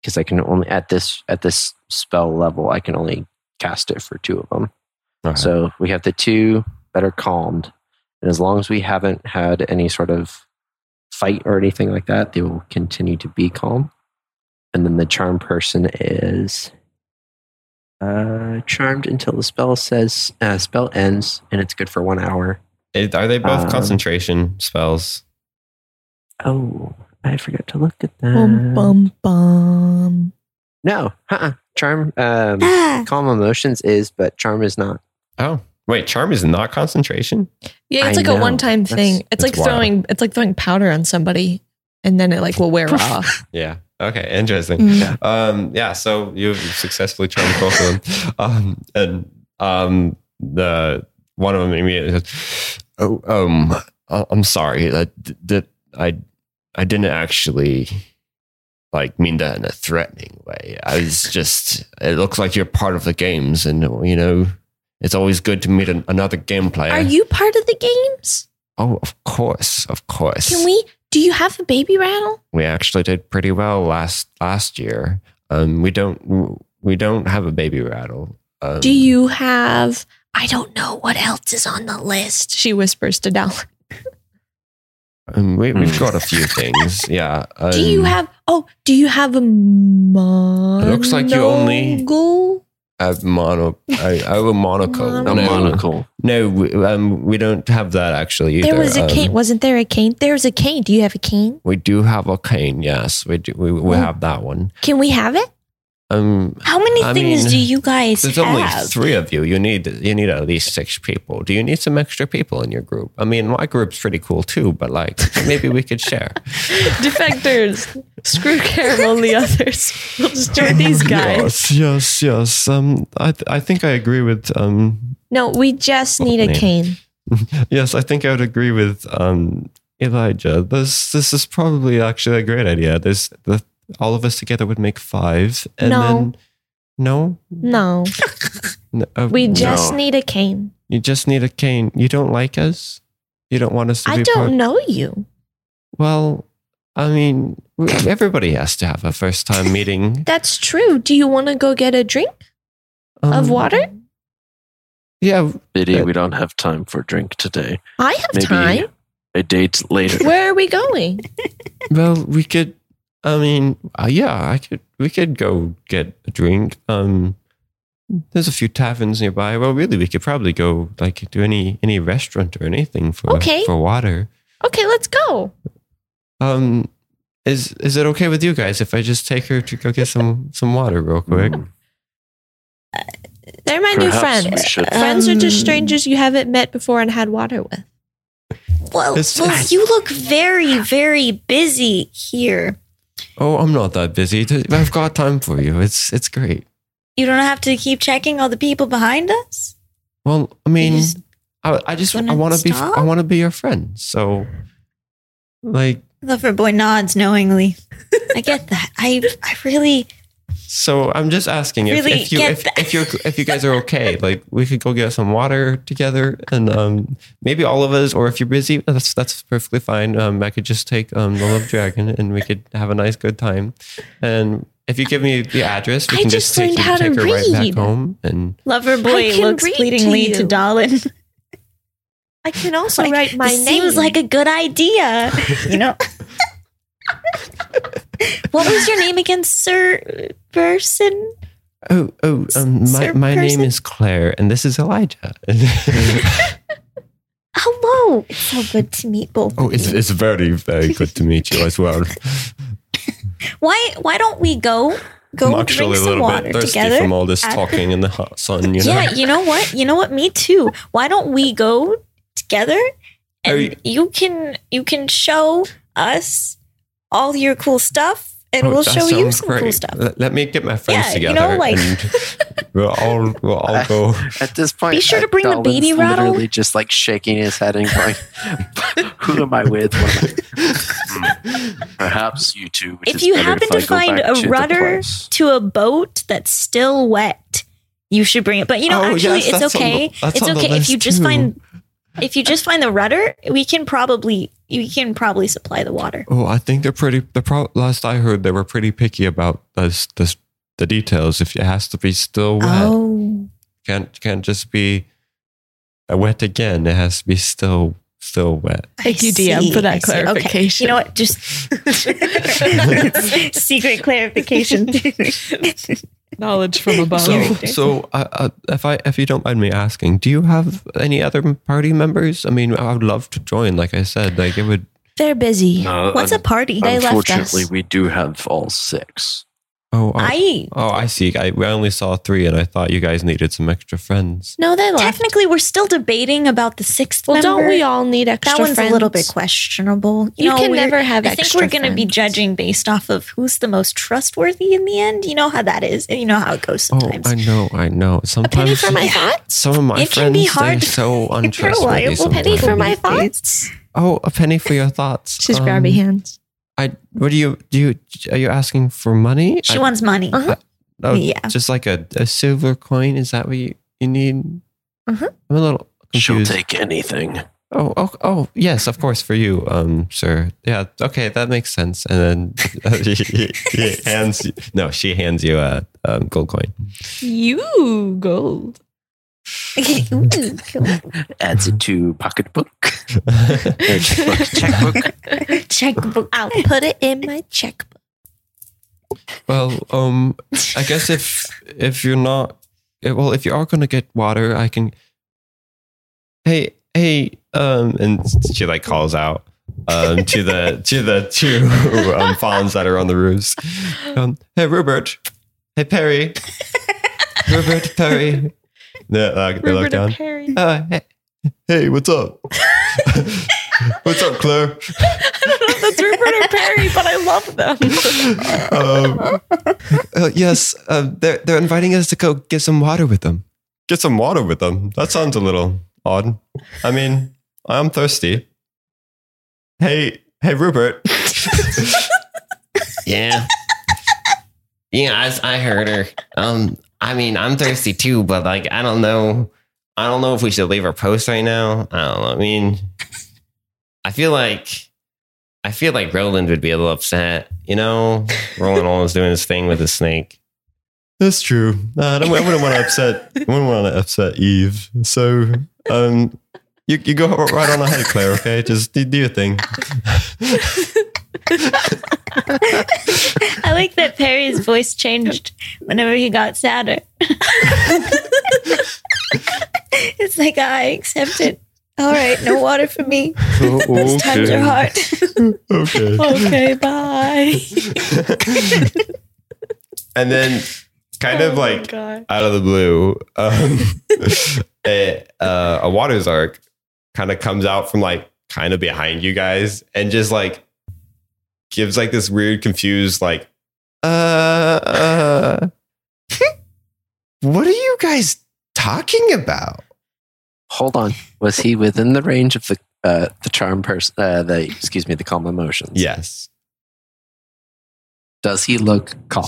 Speaker 3: because I can only at this at this spell level, I can only cast it for two of them.
Speaker 2: Okay.
Speaker 3: So we have the two that are calmed, and as long as we haven't had any sort of fight or anything like that, they will continue to be calm. And then the charm person is uh, charmed until the spell says uh, spell ends, and it's good for one hour.
Speaker 2: It- are they both
Speaker 3: Um,
Speaker 2: concentration spells?
Speaker 3: Oh, I forgot to look at that.
Speaker 5: Bum bum bum.
Speaker 3: No, uh-uh. charm, um,
Speaker 4: Ah,
Speaker 3: calm emotions is, but charm is not.
Speaker 2: Oh, wait, charm is not concentration.
Speaker 5: Yeah, it's
Speaker 3: I
Speaker 5: like a
Speaker 3: know.
Speaker 5: one-time
Speaker 3: That's-
Speaker 5: thing. It's
Speaker 2: that's
Speaker 5: like
Speaker 2: wild.
Speaker 5: throwing it's like throwing powder on somebody, and then it like will wear off.
Speaker 2: Yeah. Okay. Interesting.
Speaker 5: Mm.
Speaker 3: Yeah.
Speaker 2: Um, yeah. So you've successfully charmed both of them, um, and um, the one of them immediately says, "Oh, um, I- I'm sorry that that I I didn't actually like mean that in a threatening way. I was just it looks like you're part of the games, and you know." It's always good to meet an, another game player.
Speaker 5: Are you part of the games?
Speaker 2: oh, of course, of course.
Speaker 5: Can we? Do you have a baby rattle?
Speaker 2: we actually did pretty well last last year. Um, we don't we don't have a baby rattle. Um,
Speaker 5: Do you have? I don't know what else is on the list. She whispers to Dal.
Speaker 2: Um, we, we've
Speaker 3: Hmm.
Speaker 2: got a few things. Yeah. Um,
Speaker 5: Do you have? Oh, do you have a monocle?
Speaker 2: looks like you only- a mono? I, I have a monocle.
Speaker 5: Monocle.
Speaker 2: no,
Speaker 3: A monocle.
Speaker 2: No, we, um, we don't have that actually. Either.
Speaker 5: There was a
Speaker 2: Um,
Speaker 5: cane. Wasn't there a cane? There was a cane. Do you have a cane?
Speaker 2: We do have a cane. Yes, we do. We, we
Speaker 5: Oh.
Speaker 2: have that one.
Speaker 5: Can we have it?
Speaker 2: Um,
Speaker 4: how many
Speaker 2: I
Speaker 4: things
Speaker 2: mean,
Speaker 4: do you guys
Speaker 2: there's
Speaker 4: have?
Speaker 2: only three of you. You need you need at least six people. Do you need some extra people in your group? I mean, my group's pretty cool too, but like maybe we could share.
Speaker 5: Defectors. Screw Carol and the others. We'll just join these
Speaker 2: Yes,
Speaker 5: guys.
Speaker 2: yes, yes. Um, I th- I think I agree with um.
Speaker 5: No, we just need a
Speaker 2: Name.
Speaker 5: cane.
Speaker 2: Yes, I think I would agree with um Elijah. This this is probably actually a great idea. This the all of us together would make five, and
Speaker 5: No.
Speaker 2: then no,
Speaker 5: No,
Speaker 2: no uh,
Speaker 5: we just
Speaker 3: No.
Speaker 5: need a cane.
Speaker 2: you just need a cane. You don't like us. You don't want us to
Speaker 5: I
Speaker 2: be part.
Speaker 5: don't know you.
Speaker 2: Well, I mean, we- everybody has to have a first time meeting
Speaker 5: That's true. Do you want to go get a drink of
Speaker 2: Um,
Speaker 5: water?
Speaker 2: Yeah,
Speaker 6: Biddy,
Speaker 2: But-
Speaker 6: we don't have time for drink today.
Speaker 5: I have
Speaker 6: Maybe
Speaker 5: time.
Speaker 6: a date later.
Speaker 5: Where are we going?
Speaker 2: Well, we could. I mean, uh, yeah, I could. We could go get a drink. Um, there's a few taverns nearby. Well, really, we could probably go like to any any restaurant or anything for
Speaker 5: Okay.
Speaker 2: for water.
Speaker 5: Okay, let's go.
Speaker 2: Um, is is it okay with you guys if I just take her to go get some some water real quick?
Speaker 5: They're my new
Speaker 6: Perhaps
Speaker 5: friends.
Speaker 6: We should.
Speaker 5: Friends are just
Speaker 4: Um,
Speaker 5: strangers you haven't met before and had water with.
Speaker 4: Well,
Speaker 2: It's-
Speaker 4: well, you look very, very busy here.
Speaker 2: Oh, I'm not that busy. Th- I've got time for you. It's it's great.
Speaker 4: You don't have to keep checking all the people behind us.
Speaker 2: Well, I mean,
Speaker 4: just
Speaker 2: I, I just I
Speaker 4: wanna
Speaker 2: want to be
Speaker 4: stop?
Speaker 2: I want to be your friend. So, like.
Speaker 4: Loverboy nods knowingly. I get that. I I really
Speaker 2: So I'm just asking if,
Speaker 4: Really
Speaker 2: if you
Speaker 4: get
Speaker 2: if,
Speaker 4: that.
Speaker 2: if you if you guys are okay, like we could go get some water together, and um, maybe all of us, or if you're busy, that's that's perfectly fine. Um, I could just take um, the love dragon, and we could have a nice good time. And if you give me the address, we
Speaker 5: I
Speaker 2: can just,
Speaker 5: just
Speaker 2: take,
Speaker 5: learned
Speaker 2: you-
Speaker 5: how to
Speaker 2: take her right back
Speaker 5: read.
Speaker 2: home. And
Speaker 5: I
Speaker 4: Loverboy
Speaker 5: can
Speaker 4: looks
Speaker 5: read to
Speaker 4: pleadingly
Speaker 5: you.
Speaker 4: to, Dalin.
Speaker 5: I can also
Speaker 4: Like,
Speaker 5: write my
Speaker 4: this
Speaker 5: name.
Speaker 4: seems like a good idea. You know. what was your name again, Sir Person?
Speaker 2: oh oh, um, my
Speaker 4: Sir
Speaker 2: my name
Speaker 4: person?
Speaker 2: is Claire, and this is Elijah.
Speaker 4: Hello. It's so good to meet both.
Speaker 2: oh, it's it's very very good to meet you as well.
Speaker 4: Why why don't we go go drink some water together?
Speaker 2: all this
Speaker 4: at the-
Speaker 2: in the hot sun. You
Speaker 4: Yeah, you know what? You know what? Me too. Why don't we go together
Speaker 2: Are
Speaker 4: and you-, can you can show us all your cool stuff and
Speaker 2: Oh,
Speaker 4: we'll
Speaker 2: that
Speaker 4: show you
Speaker 2: sounds
Speaker 4: some
Speaker 2: great.
Speaker 4: cool stuff.
Speaker 2: Let, let me get my friends
Speaker 4: Yeah, you know,
Speaker 2: together.
Speaker 4: like-
Speaker 2: and we'll all we'll all go.
Speaker 3: At this point,
Speaker 4: Be sure to
Speaker 3: uh,
Speaker 4: bring the
Speaker 3: Dalvin's
Speaker 4: baby rattle.
Speaker 3: Literally, just like shaking his head and going, "Who am I with? What am I
Speaker 6: Perhaps you two. would
Speaker 4: If
Speaker 6: just
Speaker 4: you
Speaker 6: better
Speaker 4: happen
Speaker 6: if I go
Speaker 4: to find
Speaker 6: back
Speaker 4: a
Speaker 6: to the
Speaker 4: rudder-
Speaker 6: place.
Speaker 4: to a boat that's still wet, you should bring it. But you know,
Speaker 2: Oh,
Speaker 4: actually,
Speaker 2: yes,
Speaker 4: it's
Speaker 2: that's on
Speaker 4: okay.
Speaker 2: the- that's
Speaker 4: it's
Speaker 2: on the
Speaker 4: okay if you
Speaker 2: list
Speaker 4: just
Speaker 2: too.
Speaker 4: find if you just find the rudder. We can probably you can probably supply the water.
Speaker 2: Oh, I think they're pretty. The pro- last I heard, they were pretty picky about this, this, the details. If it has to be still wet,
Speaker 4: Oh,
Speaker 2: can't can't just be uh, wet again. It has to be still still wet.
Speaker 5: Thank
Speaker 4: I
Speaker 5: you, DM, for
Speaker 4: see, I
Speaker 5: that
Speaker 4: see. Okay.
Speaker 5: clarification.
Speaker 4: You know what? Just secret clarification.
Speaker 5: Knowledge from above.
Speaker 2: So, so uh, uh, if I if you don't mind me asking, do you have any other party members? I mean, I would love to join. Like I said, like it would.
Speaker 4: They're busy.
Speaker 6: No,
Speaker 4: What's
Speaker 6: un-
Speaker 4: a party? They left us.
Speaker 6: Unfortunately, we do have all six.
Speaker 2: Oh, oh,
Speaker 4: I
Speaker 2: oh, I see. I, we only saw three, and I thought you guys needed some extra friends.
Speaker 5: no, they left.
Speaker 4: technically we're still debating about the sixth.
Speaker 5: Well, don't
Speaker 4: member.
Speaker 5: we all need extra
Speaker 4: That one's
Speaker 5: friends?
Speaker 4: a little bit questionable.
Speaker 5: You
Speaker 4: know,
Speaker 5: can
Speaker 4: we're-
Speaker 5: never have
Speaker 4: I think
Speaker 5: extra
Speaker 4: we're going to be
Speaker 5: friends.
Speaker 4: judging based off of who's the most trustworthy in the end. You know how that is. You know how it goes
Speaker 2: Oh,
Speaker 4: sometimes.
Speaker 2: I know, I know.
Speaker 5: Penny
Speaker 2: Sometimes
Speaker 5: for my
Speaker 4: Yeah.
Speaker 5: thoughts.
Speaker 2: some of my
Speaker 4: It can
Speaker 2: friends
Speaker 4: be
Speaker 2: they're
Speaker 4: hard
Speaker 2: so untrustworthy.
Speaker 4: reliable.
Speaker 5: Penny
Speaker 2: sometimes.
Speaker 5: for my
Speaker 4: Sometimes.
Speaker 5: thoughts.
Speaker 2: Oh, a penny for your thoughts.
Speaker 5: She's
Speaker 2: Um,
Speaker 5: grabby hands.
Speaker 2: I. What do you do? You, are you asking for money?
Speaker 4: she
Speaker 2: I-
Speaker 4: wants money.
Speaker 5: Uh-huh.
Speaker 2: Oh,
Speaker 4: Yeah.
Speaker 2: Just like a, a silver coin. Is that what you, you need?
Speaker 4: Mm-hmm.
Speaker 5: Mhm.
Speaker 2: I'm a little
Speaker 6: She'll
Speaker 2: confused.
Speaker 6: take anything.
Speaker 2: oh, oh, oh, yes, of course for you, um, sir. Yeah. Okay, that makes sense. And then she, she hands you, no, she hands you a um, gold coin.
Speaker 5: You gold.
Speaker 4: Ooh, cool.
Speaker 6: Adds it to pocketbook. Or checkbook. checkbook.
Speaker 4: Checkbook out.
Speaker 5: Put it in my checkbook.
Speaker 2: well, um, I guess if if you're not, eh, well, if you are gonna get water, I can. Hey, hey, um, and she like calls out um to the to the two um, fawns that are on the roofs. Um, hey, Rupert. Hey, Perry. Rupert, Perry. They, uh, they look down.
Speaker 5: Perry.
Speaker 2: Uh, hey, hey, what's up? what's up, Claire?
Speaker 5: That's Rupert or Perry, but I love them.
Speaker 2: um, uh, yes, um, they're they're inviting us to go get some water with them. Get some water with them. That sounds a little odd. I mean, I'm thirsty. Hey, hey, Rupert.
Speaker 7: Yeah. yeah, I, I heard her. Um, I mean, I'm thirsty too, but like, I don't know. I don't know if we should leave our post right now. I don't know. I mean, I feel like, I feel like Roland would be a little upset. You know, Roland always doing his thing with the snake.
Speaker 2: That's true. Uh, I, don't, I wouldn't want to upset. I wouldn't want to upset Eve. So, um, you you go right on ahead, Claire. Okay, just do, do your thing.
Speaker 4: I like that Perry's voice changed whenever he got sadder. it's like, "Ah, I accept it. All right, no water for me. These times are hard.
Speaker 2: Okay.
Speaker 5: okay, bye.
Speaker 2: And then, kind of like
Speaker 5: Oh God.
Speaker 2: out of the blue, um, a, uh, a water zark kind of comes out from like kind of behind you guys and just like gives like this weird, confused, like, uh, uh what are you guys talking about?
Speaker 3: Hold on. Was he within the range of the uh, the charm person? Uh, the excuse me, the calm emotions.
Speaker 2: Yes,
Speaker 3: Does he look calm?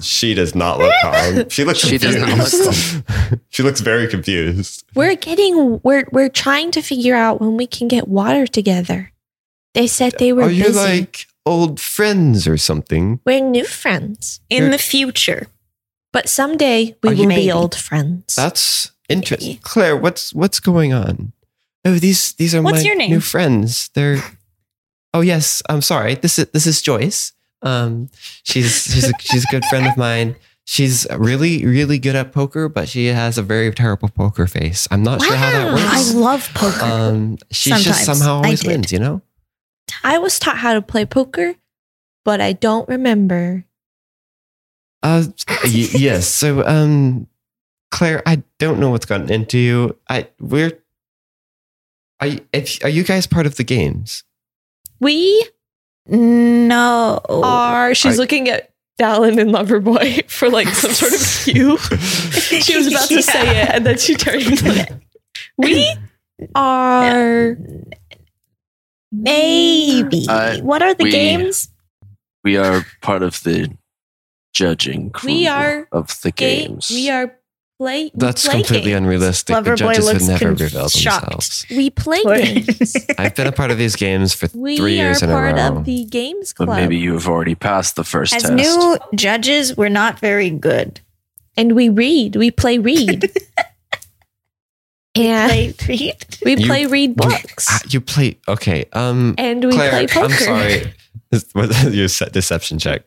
Speaker 2: she does not look calm. She looks
Speaker 3: She does
Speaker 2: confused.
Speaker 3: not
Speaker 2: look calm. she looks very confused.
Speaker 5: We're getting we're we're trying to figure out when we can get water together. They said they were
Speaker 2: are you
Speaker 5: busy.
Speaker 2: like old friends or something?
Speaker 5: we're new friends,
Speaker 4: In the future,
Speaker 5: but someday we
Speaker 2: Are
Speaker 5: will
Speaker 2: you-
Speaker 5: be
Speaker 4: Maybe.
Speaker 5: old friends.
Speaker 2: That's interesting.
Speaker 4: Yeah.
Speaker 2: Claire, what's what's going on? Oh, these these are
Speaker 4: What's
Speaker 2: my
Speaker 4: your name?
Speaker 2: new friends. They're Oh yes, I'm sorry. This is this is Joyce. Um she's she's a, she's a good friend of mine. She's really really good at poker, but she has a very terrible poker face. I'm not sure how that
Speaker 5: Wow.
Speaker 4: I
Speaker 2: works.
Speaker 4: love poker.
Speaker 2: Um she just
Speaker 4: Sometimes.
Speaker 2: somehow
Speaker 4: I
Speaker 2: always
Speaker 4: did.
Speaker 2: wins, you know?
Speaker 5: I was taught how to play poker, but I don't remember.
Speaker 2: Uh y- yes. So um Claire, I don't know what's gotten into you. I we're are, you- if, are you guys part of the games?
Speaker 5: We
Speaker 4: no.
Speaker 5: are. She's
Speaker 2: I-
Speaker 5: looking at Dallin and Loverboy for like some sort of cue. she was about to say it, and then she turned. Like, we are
Speaker 4: Maybe.
Speaker 6: Uh,
Speaker 4: what are the
Speaker 6: we-
Speaker 4: games?
Speaker 6: We are part of the judging crew
Speaker 8: We are
Speaker 6: of the
Speaker 8: Gay-
Speaker 6: games.
Speaker 8: We are play. we
Speaker 7: That's
Speaker 8: play
Speaker 7: completely
Speaker 8: games.
Speaker 7: unrealistic.
Speaker 5: Loverboy
Speaker 7: the judges
Speaker 5: looks
Speaker 7: have never
Speaker 5: conf-
Speaker 7: revealed
Speaker 5: shocked.
Speaker 7: themselves.
Speaker 8: We play
Speaker 5: Play.
Speaker 8: games.
Speaker 7: I've been a part of these games for
Speaker 8: We
Speaker 7: three
Speaker 8: are
Speaker 7: years in a
Speaker 8: part
Speaker 7: row.
Speaker 8: of the games
Speaker 6: but
Speaker 8: club.
Speaker 6: maybe you have already passed the first
Speaker 4: As
Speaker 6: test.
Speaker 4: new judges, we're not very good.
Speaker 8: and we read. We play read. and
Speaker 4: Play read.
Speaker 8: we
Speaker 7: You-
Speaker 8: play read
Speaker 7: Ah,
Speaker 8: books.
Speaker 7: you play okay. Um,
Speaker 8: And we
Speaker 7: Claire,
Speaker 8: play poker.
Speaker 7: I'm sorry. This was your se- deception check.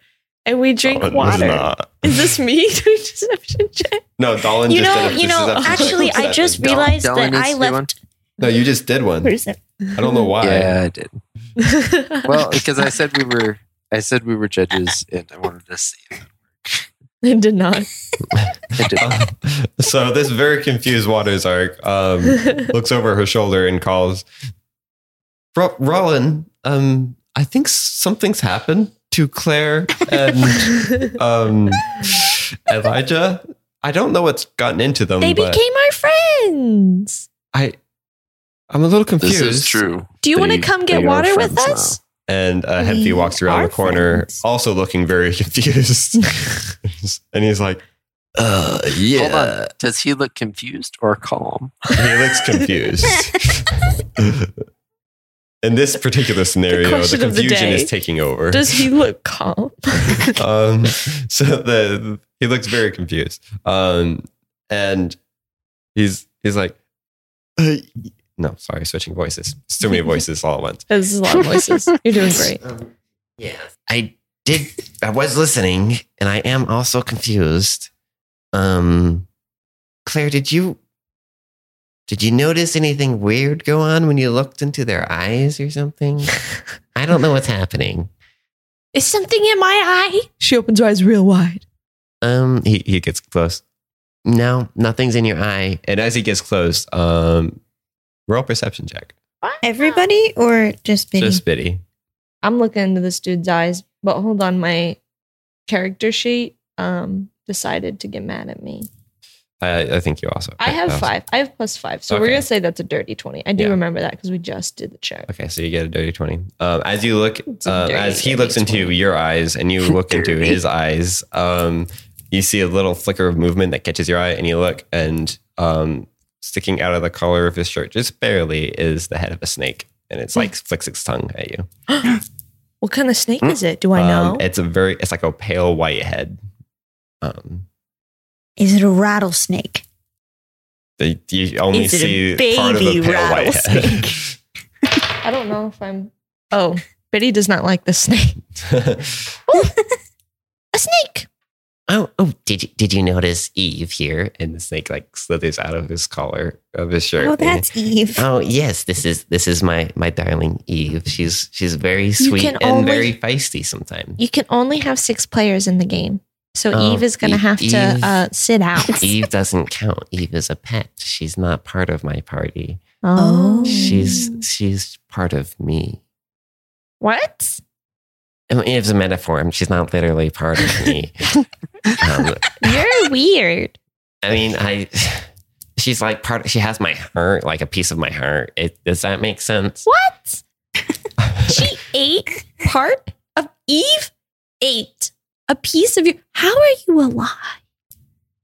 Speaker 5: And we drink
Speaker 2: That Oh, was
Speaker 5: water.
Speaker 2: not-
Speaker 5: Is this me doing deception check?
Speaker 2: No, Dolan
Speaker 4: You
Speaker 2: just
Speaker 4: know,
Speaker 2: did a
Speaker 4: you know.
Speaker 2: deception check.
Speaker 4: Actually, I
Speaker 2: Seven.
Speaker 4: just
Speaker 2: No.
Speaker 4: realized
Speaker 3: Dylan
Speaker 4: that
Speaker 3: needs
Speaker 4: I
Speaker 3: to do one.
Speaker 4: left.
Speaker 2: No, you just did one.
Speaker 4: Where is it?
Speaker 2: I don't know why.
Speaker 6: Yeah, I did.
Speaker 3: Well, because I said we were, I said we were judges, and I wanted to see. It.
Speaker 5: I did not.
Speaker 3: I did.
Speaker 2: Um, so this very confused Waters arc um, looks over her shoulder and calls, "Ro- Rollin, um, I think something's happened to Claire and um, Elijah. I don't know what's gotten into them.
Speaker 5: they
Speaker 2: but
Speaker 5: became our friends.
Speaker 2: I, I'm a little
Speaker 6: This
Speaker 2: confused.
Speaker 6: is true.
Speaker 5: Do you want to
Speaker 6: They-
Speaker 5: come
Speaker 6: they
Speaker 5: get
Speaker 6: are
Speaker 5: water with
Speaker 6: friends
Speaker 5: us?
Speaker 2: And uh,
Speaker 4: We
Speaker 2: Henty walks around
Speaker 4: are
Speaker 2: the corner,
Speaker 4: friends.
Speaker 2: also looking very confused. and he's like, "Uh,
Speaker 6: Hold
Speaker 2: yeah."
Speaker 6: on. Does he look confused or calm?
Speaker 2: He looks confused. In this particular scenario, the,
Speaker 5: question of the
Speaker 2: confusion
Speaker 5: day.
Speaker 2: is taking over.
Speaker 5: Does he look calm?
Speaker 2: um, so the he looks very confused, um, and he's he's like, uh, no, sorry, switching voices. It's too many voices all at once.
Speaker 5: this is a lot of voices. You're doing great.
Speaker 7: Um, yeah, I did. I was listening, and I am also confused. Um, Claire, did you did you notice anything weird go on when you looked into their eyes or something? I don't know what's happening.
Speaker 5: Is something in my eye? She opens her eyes real wide.
Speaker 7: Um, he he gets close. No, nothing's in your eye.
Speaker 2: And as he gets close, um, roll perception check.
Speaker 4: Everybody or just Biddy?
Speaker 2: Just Biddy.
Speaker 5: I'm looking into this dude's eyes, but hold on, my character sheet um decided to get mad at me.
Speaker 2: I, I think you also. um,
Speaker 5: I have
Speaker 2: also-
Speaker 5: five. I have plus five. So we're
Speaker 2: Okay.
Speaker 5: gonna say that's a dirty twenty. I do
Speaker 2: Yeah.
Speaker 5: remember that because we just did the check.
Speaker 2: Okay, so you get a dirty twenty. Um, as you look,
Speaker 5: It's a
Speaker 2: um,
Speaker 5: dirty,
Speaker 2: as he
Speaker 5: dirty
Speaker 2: looks into
Speaker 5: 20.
Speaker 2: your eyes and you look into his eyes, um, you see a little flicker of movement that catches your eye, and you look, and um, sticking out of the collar of his shirt, just barely, is the head of a snake, and
Speaker 5: Hmm.
Speaker 2: it's like flicks its tongue at you.
Speaker 5: What kind of snake is it? Do I know?
Speaker 2: Um, it's a very, it's like a pale white head. Um,
Speaker 4: Is it a rattlesnake?
Speaker 2: the- you only
Speaker 4: Is it a
Speaker 2: see part of the
Speaker 4: baby
Speaker 2: pale white head.
Speaker 5: I don't know if I'm. Oh, Biddy does not like the snake. A snake.
Speaker 7: Oh, oh, did you, did you notice
Speaker 2: Eve here, and the snake like slithers out of his collar of his shirt.
Speaker 4: Oh, that's Eve.
Speaker 2: Uh,
Speaker 7: Oh yes, this is this is my my darling Eve. She's she's very sweet
Speaker 5: can
Speaker 7: and
Speaker 5: only-
Speaker 7: very feisty sometimes.
Speaker 5: You can only have six players in the game, so
Speaker 7: Oh,
Speaker 5: Eve is gonna
Speaker 7: E-
Speaker 5: have to
Speaker 7: Eve.
Speaker 5: uh, sit out.
Speaker 2: E-
Speaker 7: Eve doesn't count. Eve is a pet. She's not part of my party.
Speaker 4: Oh.
Speaker 7: She's
Speaker 5: Mm.
Speaker 7: she's part of me.
Speaker 5: what?
Speaker 7: I mean, it's a metaphor. and She's not literally part of me. um,
Speaker 5: You're weird.
Speaker 7: I mean, I. She's like part. She has my heart, like a piece of my heart. It, does that make sense?
Speaker 5: What? she ate part of Eve. Ate a piece of your. How are you alive?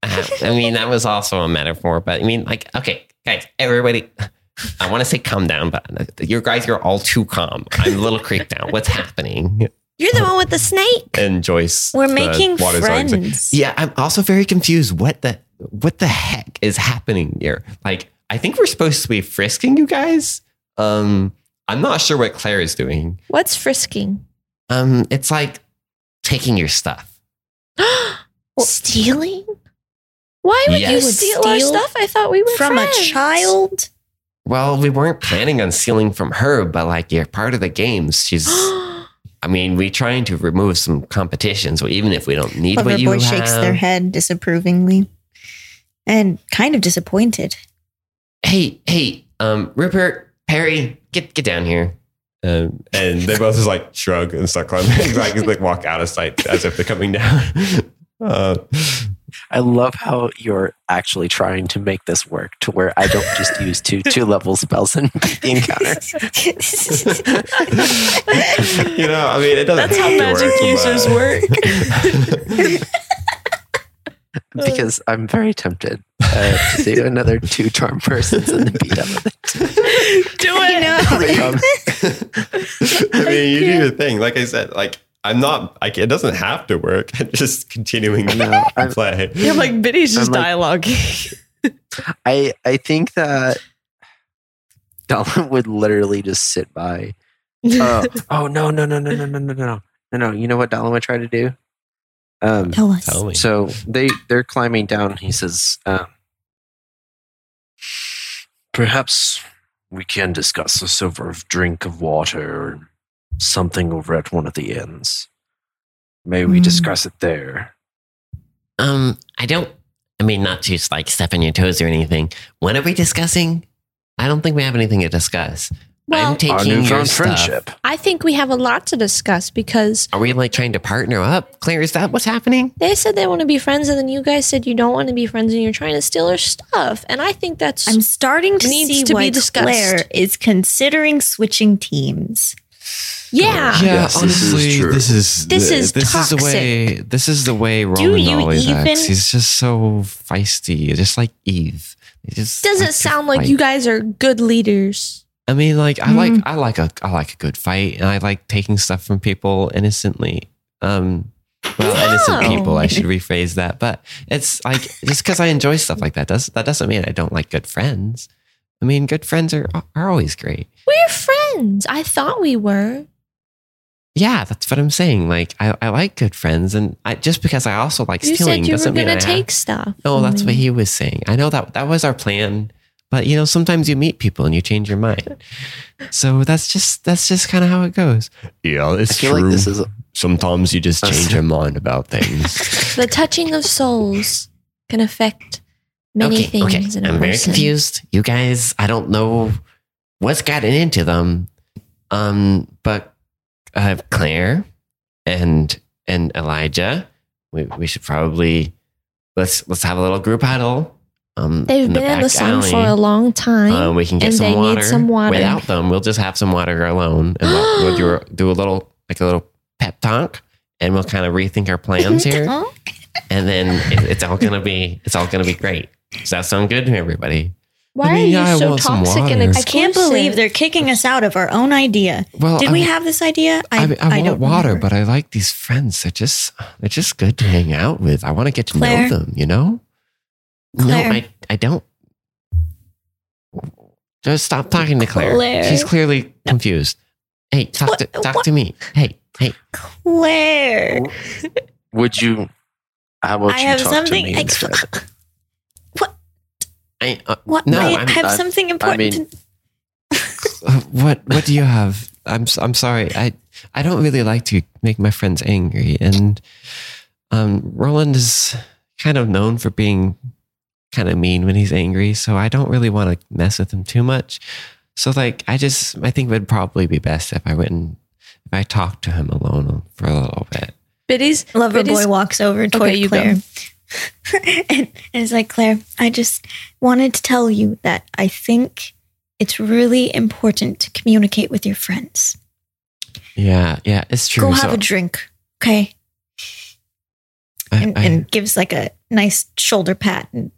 Speaker 7: Uh, I mean, that was also a metaphor, but I mean, like, okay, guys, everybody, I want to say calm down, but you guys, you're all too calm. I'm a little creeped out. What's happening?
Speaker 5: You're the one with the snake.
Speaker 2: And Joyce,
Speaker 4: We're
Speaker 2: the
Speaker 4: making
Speaker 2: water zone's like,
Speaker 4: friends.
Speaker 7: Yeah, I'm also very confused. What the what the heck is happening here? Like, I think we're supposed to be frisking you guys. Um, I'm not sure what Claire is doing.
Speaker 5: What's frisking?
Speaker 7: Um, it's like taking your stuff.
Speaker 5: Stealing? Why would
Speaker 7: Yes.
Speaker 5: you
Speaker 7: You
Speaker 4: would
Speaker 5: steal, our
Speaker 4: steal
Speaker 5: stuff? I thought we were
Speaker 4: From
Speaker 5: friends.
Speaker 4: a child?
Speaker 7: Well, we weren't planning on stealing from her, but like you're part of the games. She's I mean, we're trying to remove some competition, so even if we don't need what you
Speaker 4: Loverboy
Speaker 7: have,
Speaker 4: shakes their head disapprovingly and kind of disappointed.
Speaker 7: hey, hey, um, Rupert, Perry, get get down here.
Speaker 2: Um, and they both just like shrug and start climbing, like, like walk out of sight as if they're coming down. Uh,
Speaker 6: I
Speaker 3: I love how you're actually trying to make this work to where I don't just use two two level spells and beat the encounter.
Speaker 9: you know, I mean, it doesn't.
Speaker 5: That's how
Speaker 9: have to
Speaker 5: magic
Speaker 9: work,
Speaker 5: users
Speaker 9: but- um,
Speaker 5: work.
Speaker 3: because I'm very tempted uh, to do another two charm persons in the beat up.
Speaker 5: Do it.
Speaker 9: I mean, you do your thing. Like I said, like I'm not. Like it doesn't have to work. I'm just continuing
Speaker 3: No,
Speaker 9: to
Speaker 3: I'm-
Speaker 9: play.
Speaker 5: You're like Biddy's just
Speaker 3: I'm like-
Speaker 5: dialoguing.
Speaker 3: I I think that Dolan would literally just sit by. Uh, oh no no no no no no no no no no! You know what Dolan would try to do? Um,
Speaker 4: Tell us.
Speaker 9: Tell me.
Speaker 3: so they they're climbing down. He says, um, "Perhaps we can discuss this over a drink of water or something over at one of the inns. May we
Speaker 5: Hmm.
Speaker 3: discuss it there?"
Speaker 1: Um, I don't. I mean, not to just, like step on your toes or anything. When are we discussing? I don't think we have anything to discuss.
Speaker 8: Well,
Speaker 1: I'm taking your friendship.
Speaker 8: I think we have a lot to discuss because
Speaker 1: Are we like trying to partner up? Claire, is that what's happening?
Speaker 8: they said they want to be friends, and then you guys said you don't want to be friends, and you're trying to steal their stuff. And I think that's
Speaker 4: I'm starting to
Speaker 8: Needs
Speaker 4: see
Speaker 8: to be
Speaker 4: why
Speaker 8: discussed.
Speaker 4: Claire is considering switching teams. Uh,
Speaker 8: yeah.
Speaker 3: Yes, this is true.
Speaker 2: this is
Speaker 8: This is
Speaker 2: this is the way this is the way Roman
Speaker 4: you
Speaker 2: always
Speaker 4: even-
Speaker 2: acts. He's just so feisty, just like Eve. He just
Speaker 8: Doesn't
Speaker 2: likes to
Speaker 8: sound like
Speaker 2: fight.
Speaker 8: you guys are good leaders.
Speaker 2: I mean, like I
Speaker 8: Mm.
Speaker 2: like I like a I like a good fight, and I like taking stuff from people innocently. Um, well, innocent
Speaker 8: No.
Speaker 2: people. I should rephrase that, but it's like just because I enjoy stuff like that does that doesn't mean I don't like good friends. I mean, good friends are are always great.
Speaker 8: We're friends. I thought we were.
Speaker 2: Yeah, that's what I'm saying. Like I, I like good friends, and I, just because I also like
Speaker 8: You
Speaker 2: stealing
Speaker 8: said you were
Speaker 2: doesn't mean I
Speaker 8: gonna
Speaker 2: have-
Speaker 8: take stuff. Mm.
Speaker 2: No,
Speaker 8: from
Speaker 2: Oh, that's what
Speaker 8: me.
Speaker 2: he was saying. I know that that was our plan, but you know, sometimes you meet people and you change your mind. So that's just that's just kind of how it goes.
Speaker 9: Yeah,
Speaker 3: I
Speaker 9: it's
Speaker 3: feel like this is
Speaker 9: Sometimes you just
Speaker 3: change
Speaker 9: your mind about things.
Speaker 8: The touching of souls can affect many
Speaker 1: okay,
Speaker 8: things
Speaker 1: okay.
Speaker 8: in a
Speaker 1: I'm very
Speaker 8: person.
Speaker 1: confused. You guys, I don't know what's gotten into them. Um, but uh, Claire and and Elijah, we, we should probably let's let's have a little group huddle. Um,
Speaker 8: They've been in
Speaker 1: back
Speaker 8: the sun
Speaker 1: alley.
Speaker 8: for a long time.
Speaker 1: Um, we can get
Speaker 8: and
Speaker 1: some
Speaker 8: they need
Speaker 1: water.
Speaker 8: some water.
Speaker 1: Without them, we'll just have some water alone, and we'll, we'll do, a- do a little like a little pep talk, and we'll kind of rethink our plans here,
Speaker 4: Oh,
Speaker 1: and then it, it's all gonna be it's all gonna be great. Does that sound good to everybody?
Speaker 8: Why
Speaker 2: I mean,
Speaker 8: are
Speaker 2: yeah, I
Speaker 8: you so
Speaker 2: want some
Speaker 8: toxic and
Speaker 2: water.
Speaker 8: exclusive?
Speaker 4: I can't believe they're kicking us out of our own idea.
Speaker 2: Well,
Speaker 4: Did
Speaker 2: I,
Speaker 4: we have this idea?
Speaker 2: I, I, want
Speaker 4: don't
Speaker 2: water,
Speaker 4: remember.
Speaker 2: but I like these friends. They're just they're just good to hang out with. I want to get to
Speaker 4: Claire?
Speaker 2: know them. You know?
Speaker 4: Claire.
Speaker 1: No, I I don't. Just stop talking to Claire.
Speaker 4: Claire.
Speaker 1: She's clearly confused. Hey, talk to
Speaker 4: What-
Speaker 1: talk
Speaker 4: what-
Speaker 1: to me. Hey, hey.
Speaker 4: Claire.
Speaker 3: Would you? How about
Speaker 4: I
Speaker 3: you
Speaker 4: have
Speaker 3: talk
Speaker 4: something
Speaker 3: to me
Speaker 4: ex-
Speaker 3: instead?
Speaker 1: I, uh,
Speaker 4: What?
Speaker 1: No,
Speaker 4: I
Speaker 1: I'm-
Speaker 4: have
Speaker 3: I'm-
Speaker 4: something important.
Speaker 3: mean-
Speaker 4: to-
Speaker 2: Uh, what What do you have? I'm s- I'm sorry. I I don't really like to make my friends angry, and um, Roland is kind of known for being kind of mean when he's angry. So I don't really want to mess with him too much. So like, I just I think it would probably be best if I went and if I talked to him alone for a little bit.
Speaker 5: Biddy's
Speaker 4: Lover
Speaker 5: Biddy's-
Speaker 4: boy walks over toward
Speaker 5: you go.
Speaker 4: Claire. and, and is like, Claire, I just wanted to tell you that I think it's really important to communicate with your friends.
Speaker 2: Yeah, yeah, it's true.
Speaker 4: Go
Speaker 2: So
Speaker 4: have a drink, okay?
Speaker 2: I-
Speaker 4: And,
Speaker 2: I-
Speaker 4: and gives like a nice shoulder pat and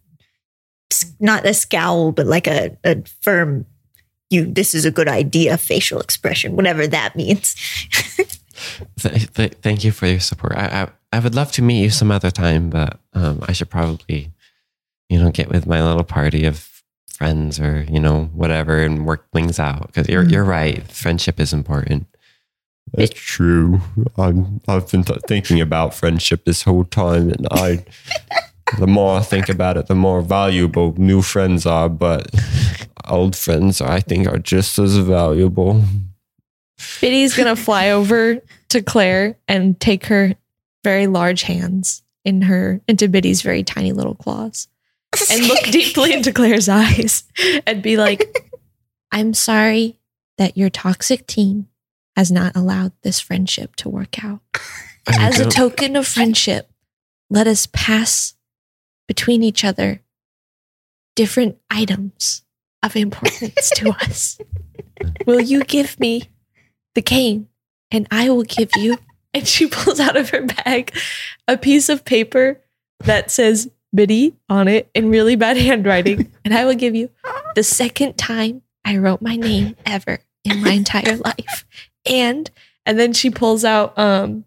Speaker 4: s- not a scowl, but like a, a firm, you, this is a good idea facial expression, whatever that means.
Speaker 2: Th- th- thank you for your support. I, I I would love to meet you some other time, but um, I should probably, you know, get with my little party of friends or you know whatever and work things out. Because you're you're right, friendship is important.
Speaker 9: Mm-hmm. That's true. I'm, I've been th- thinking about friendship this whole time, and I, the more I think about it, the more valuable new friends are. But old friends, I think, are just as valuable.
Speaker 5: Biddy's gonna fly over to Claire and take her very large hands in her into Biddy's very tiny little claws and look deeply into Claire's eyes and be like,
Speaker 8: I'm sorry that your toxic team has not allowed this friendship to work out.
Speaker 2: I
Speaker 8: As a
Speaker 2: don't-
Speaker 8: token of friendship, let us pass between each other different items of importance to us. Will you give me the cane and I will give you?
Speaker 5: And she pulls out of her bag a piece of paper that says Biddy on it in really bad handwriting. And I will give you
Speaker 8: The second time I wrote my name ever in my entire life. And
Speaker 5: and then she pulls out um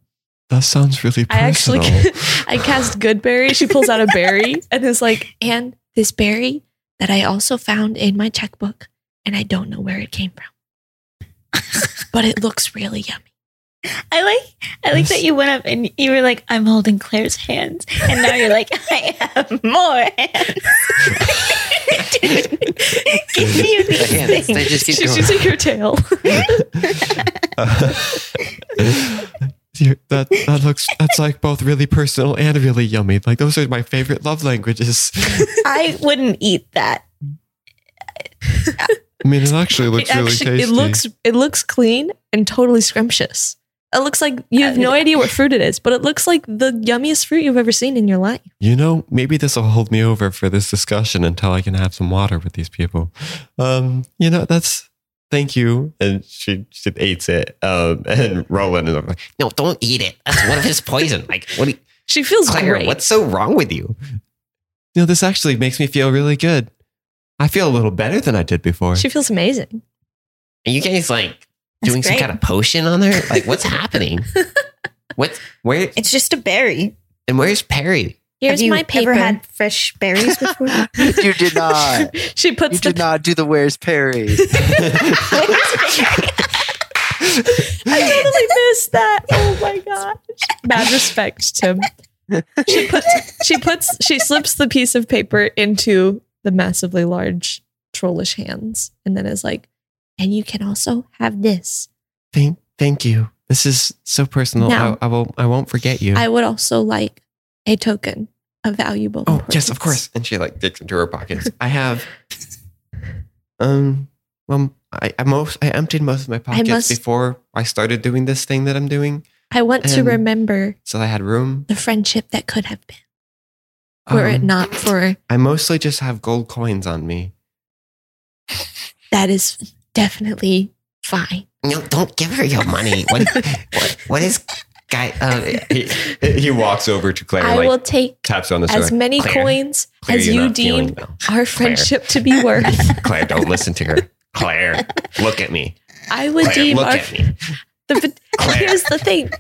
Speaker 1: That sounds really
Speaker 5: I actually
Speaker 1: personal.
Speaker 5: I cast good berry. She pulls out a berry and is like,
Speaker 8: and this berry that I also found in my checkbook and I don't know where it came from. but it looks really yummy.
Speaker 4: I like I like that
Speaker 1: Yes.
Speaker 4: you went up and you were like, I'm holding Claire's hands. And now you're like, I have more hands. Give me
Speaker 6: The hands,
Speaker 4: these
Speaker 6: they
Speaker 4: things.
Speaker 6: just keep
Speaker 5: she's
Speaker 6: going.
Speaker 5: using her tail.
Speaker 1: Dear, that that looks that's like both really personal and really yummy. Like those are my favorite love languages.
Speaker 4: I wouldn't eat that.
Speaker 1: I mean, it actually looks
Speaker 5: It
Speaker 1: really
Speaker 5: actually
Speaker 1: tasty.
Speaker 5: it looks it looks clean and totally scrumptious. It looks like you have no
Speaker 8: Uh,
Speaker 5: idea what fruit it is, but it looks like the yummiest fruit you've ever seen in your life.
Speaker 1: You know, maybe this will hold me over for this discussion until I can have some water with these people. Um, you know, that's thank you.
Speaker 2: and she she eats it. Um, and Roland is like,
Speaker 7: No, don't eat it. That's one of his poison. Like, what? do you-
Speaker 5: She feels
Speaker 7: Claire,
Speaker 5: great.
Speaker 7: what's so wrong with you?
Speaker 1: You know, this actually makes me feel really good. I feel a little better than I did before.
Speaker 5: she feels amazing.
Speaker 7: Are you guys like
Speaker 4: That's
Speaker 7: doing some
Speaker 4: great.
Speaker 7: kind of potion on her? Like, what's happening? What's where?
Speaker 4: It's just a berry.
Speaker 7: And where's Perry?
Speaker 4: have
Speaker 8: Here's
Speaker 4: you
Speaker 8: my paper.
Speaker 4: ever had fresh berries before?
Speaker 6: you did not.
Speaker 5: She puts
Speaker 6: You
Speaker 5: the
Speaker 6: did not do the where's Perry.
Speaker 5: I totally missed that. Oh my gosh. Mad respect, Tim. She puts she puts she slips the piece of paper into the massively large trollish hands and then is like,
Speaker 8: and you can also have this.
Speaker 1: Thank thank you. This is so personal.
Speaker 8: Now-
Speaker 1: I, I won't I won't forget you.
Speaker 8: I would also like a token of valuable.
Speaker 1: oh yes, of
Speaker 8: importance.
Speaker 1: course.
Speaker 2: and she like digs into her pockets.
Speaker 1: I have um well I, I most I emptied most of my pockets
Speaker 8: must-
Speaker 1: before I started doing this thing that I'm doing.
Speaker 8: I want to
Speaker 1: And-
Speaker 8: remember
Speaker 1: So I had room.
Speaker 8: the friendship that could have been were it
Speaker 1: Um,
Speaker 8: not for
Speaker 1: I mostly just have gold coins on me.
Speaker 8: that is definitely fine.
Speaker 7: No, don't give her your money. What? what, what is guy? Uh,
Speaker 2: he, he walks over to Claire,
Speaker 8: I
Speaker 2: like
Speaker 8: will take
Speaker 2: taps on the
Speaker 8: as
Speaker 2: shoulder.
Speaker 8: many
Speaker 7: Claire,
Speaker 8: coins
Speaker 7: Claire,
Speaker 8: as
Speaker 7: you're
Speaker 8: you
Speaker 7: not feeling
Speaker 8: deem
Speaker 7: well.
Speaker 8: our friendship to be worth.
Speaker 7: Claire, don't listen to her. Claire, look at me.
Speaker 8: I would
Speaker 7: Claire,
Speaker 8: deem
Speaker 7: look
Speaker 8: our
Speaker 7: at me.
Speaker 8: the pot-
Speaker 7: Claire.
Speaker 8: here's the thing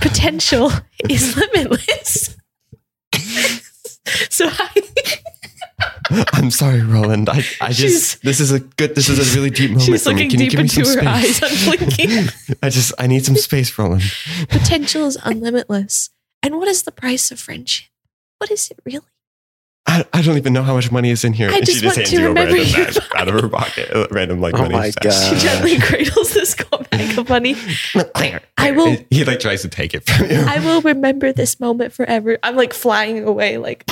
Speaker 8: potential is limitless so I,
Speaker 1: I'm sorry, Roland. I, I
Speaker 5: She's-
Speaker 1: just this is a good this is a really deep moment.
Speaker 5: she's
Speaker 1: for me.
Speaker 5: looking
Speaker 1: Can you
Speaker 5: deep
Speaker 1: give me
Speaker 5: into
Speaker 1: some
Speaker 5: her eyes,
Speaker 1: space?
Speaker 5: unblinking.
Speaker 1: I just I need some space, Roland.
Speaker 8: potential is unlimitless and what is the price of friendship what is it really
Speaker 1: I, I don't even know how much money is in here.
Speaker 8: I
Speaker 2: And
Speaker 8: just
Speaker 2: she just
Speaker 8: want
Speaker 2: hands
Speaker 8: to
Speaker 2: you a
Speaker 8: remember
Speaker 2: random
Speaker 8: your
Speaker 2: bag out of her pocket, a random like
Speaker 6: Oh
Speaker 2: money.
Speaker 6: my
Speaker 2: sack.
Speaker 6: God.
Speaker 5: she gently
Speaker 7: Uh.
Speaker 5: cradles this gold bag of money.
Speaker 7: No, Claire.
Speaker 8: i will
Speaker 2: He- He like tries to take it from you.
Speaker 8: i will remember this moment forever i'm like flying away like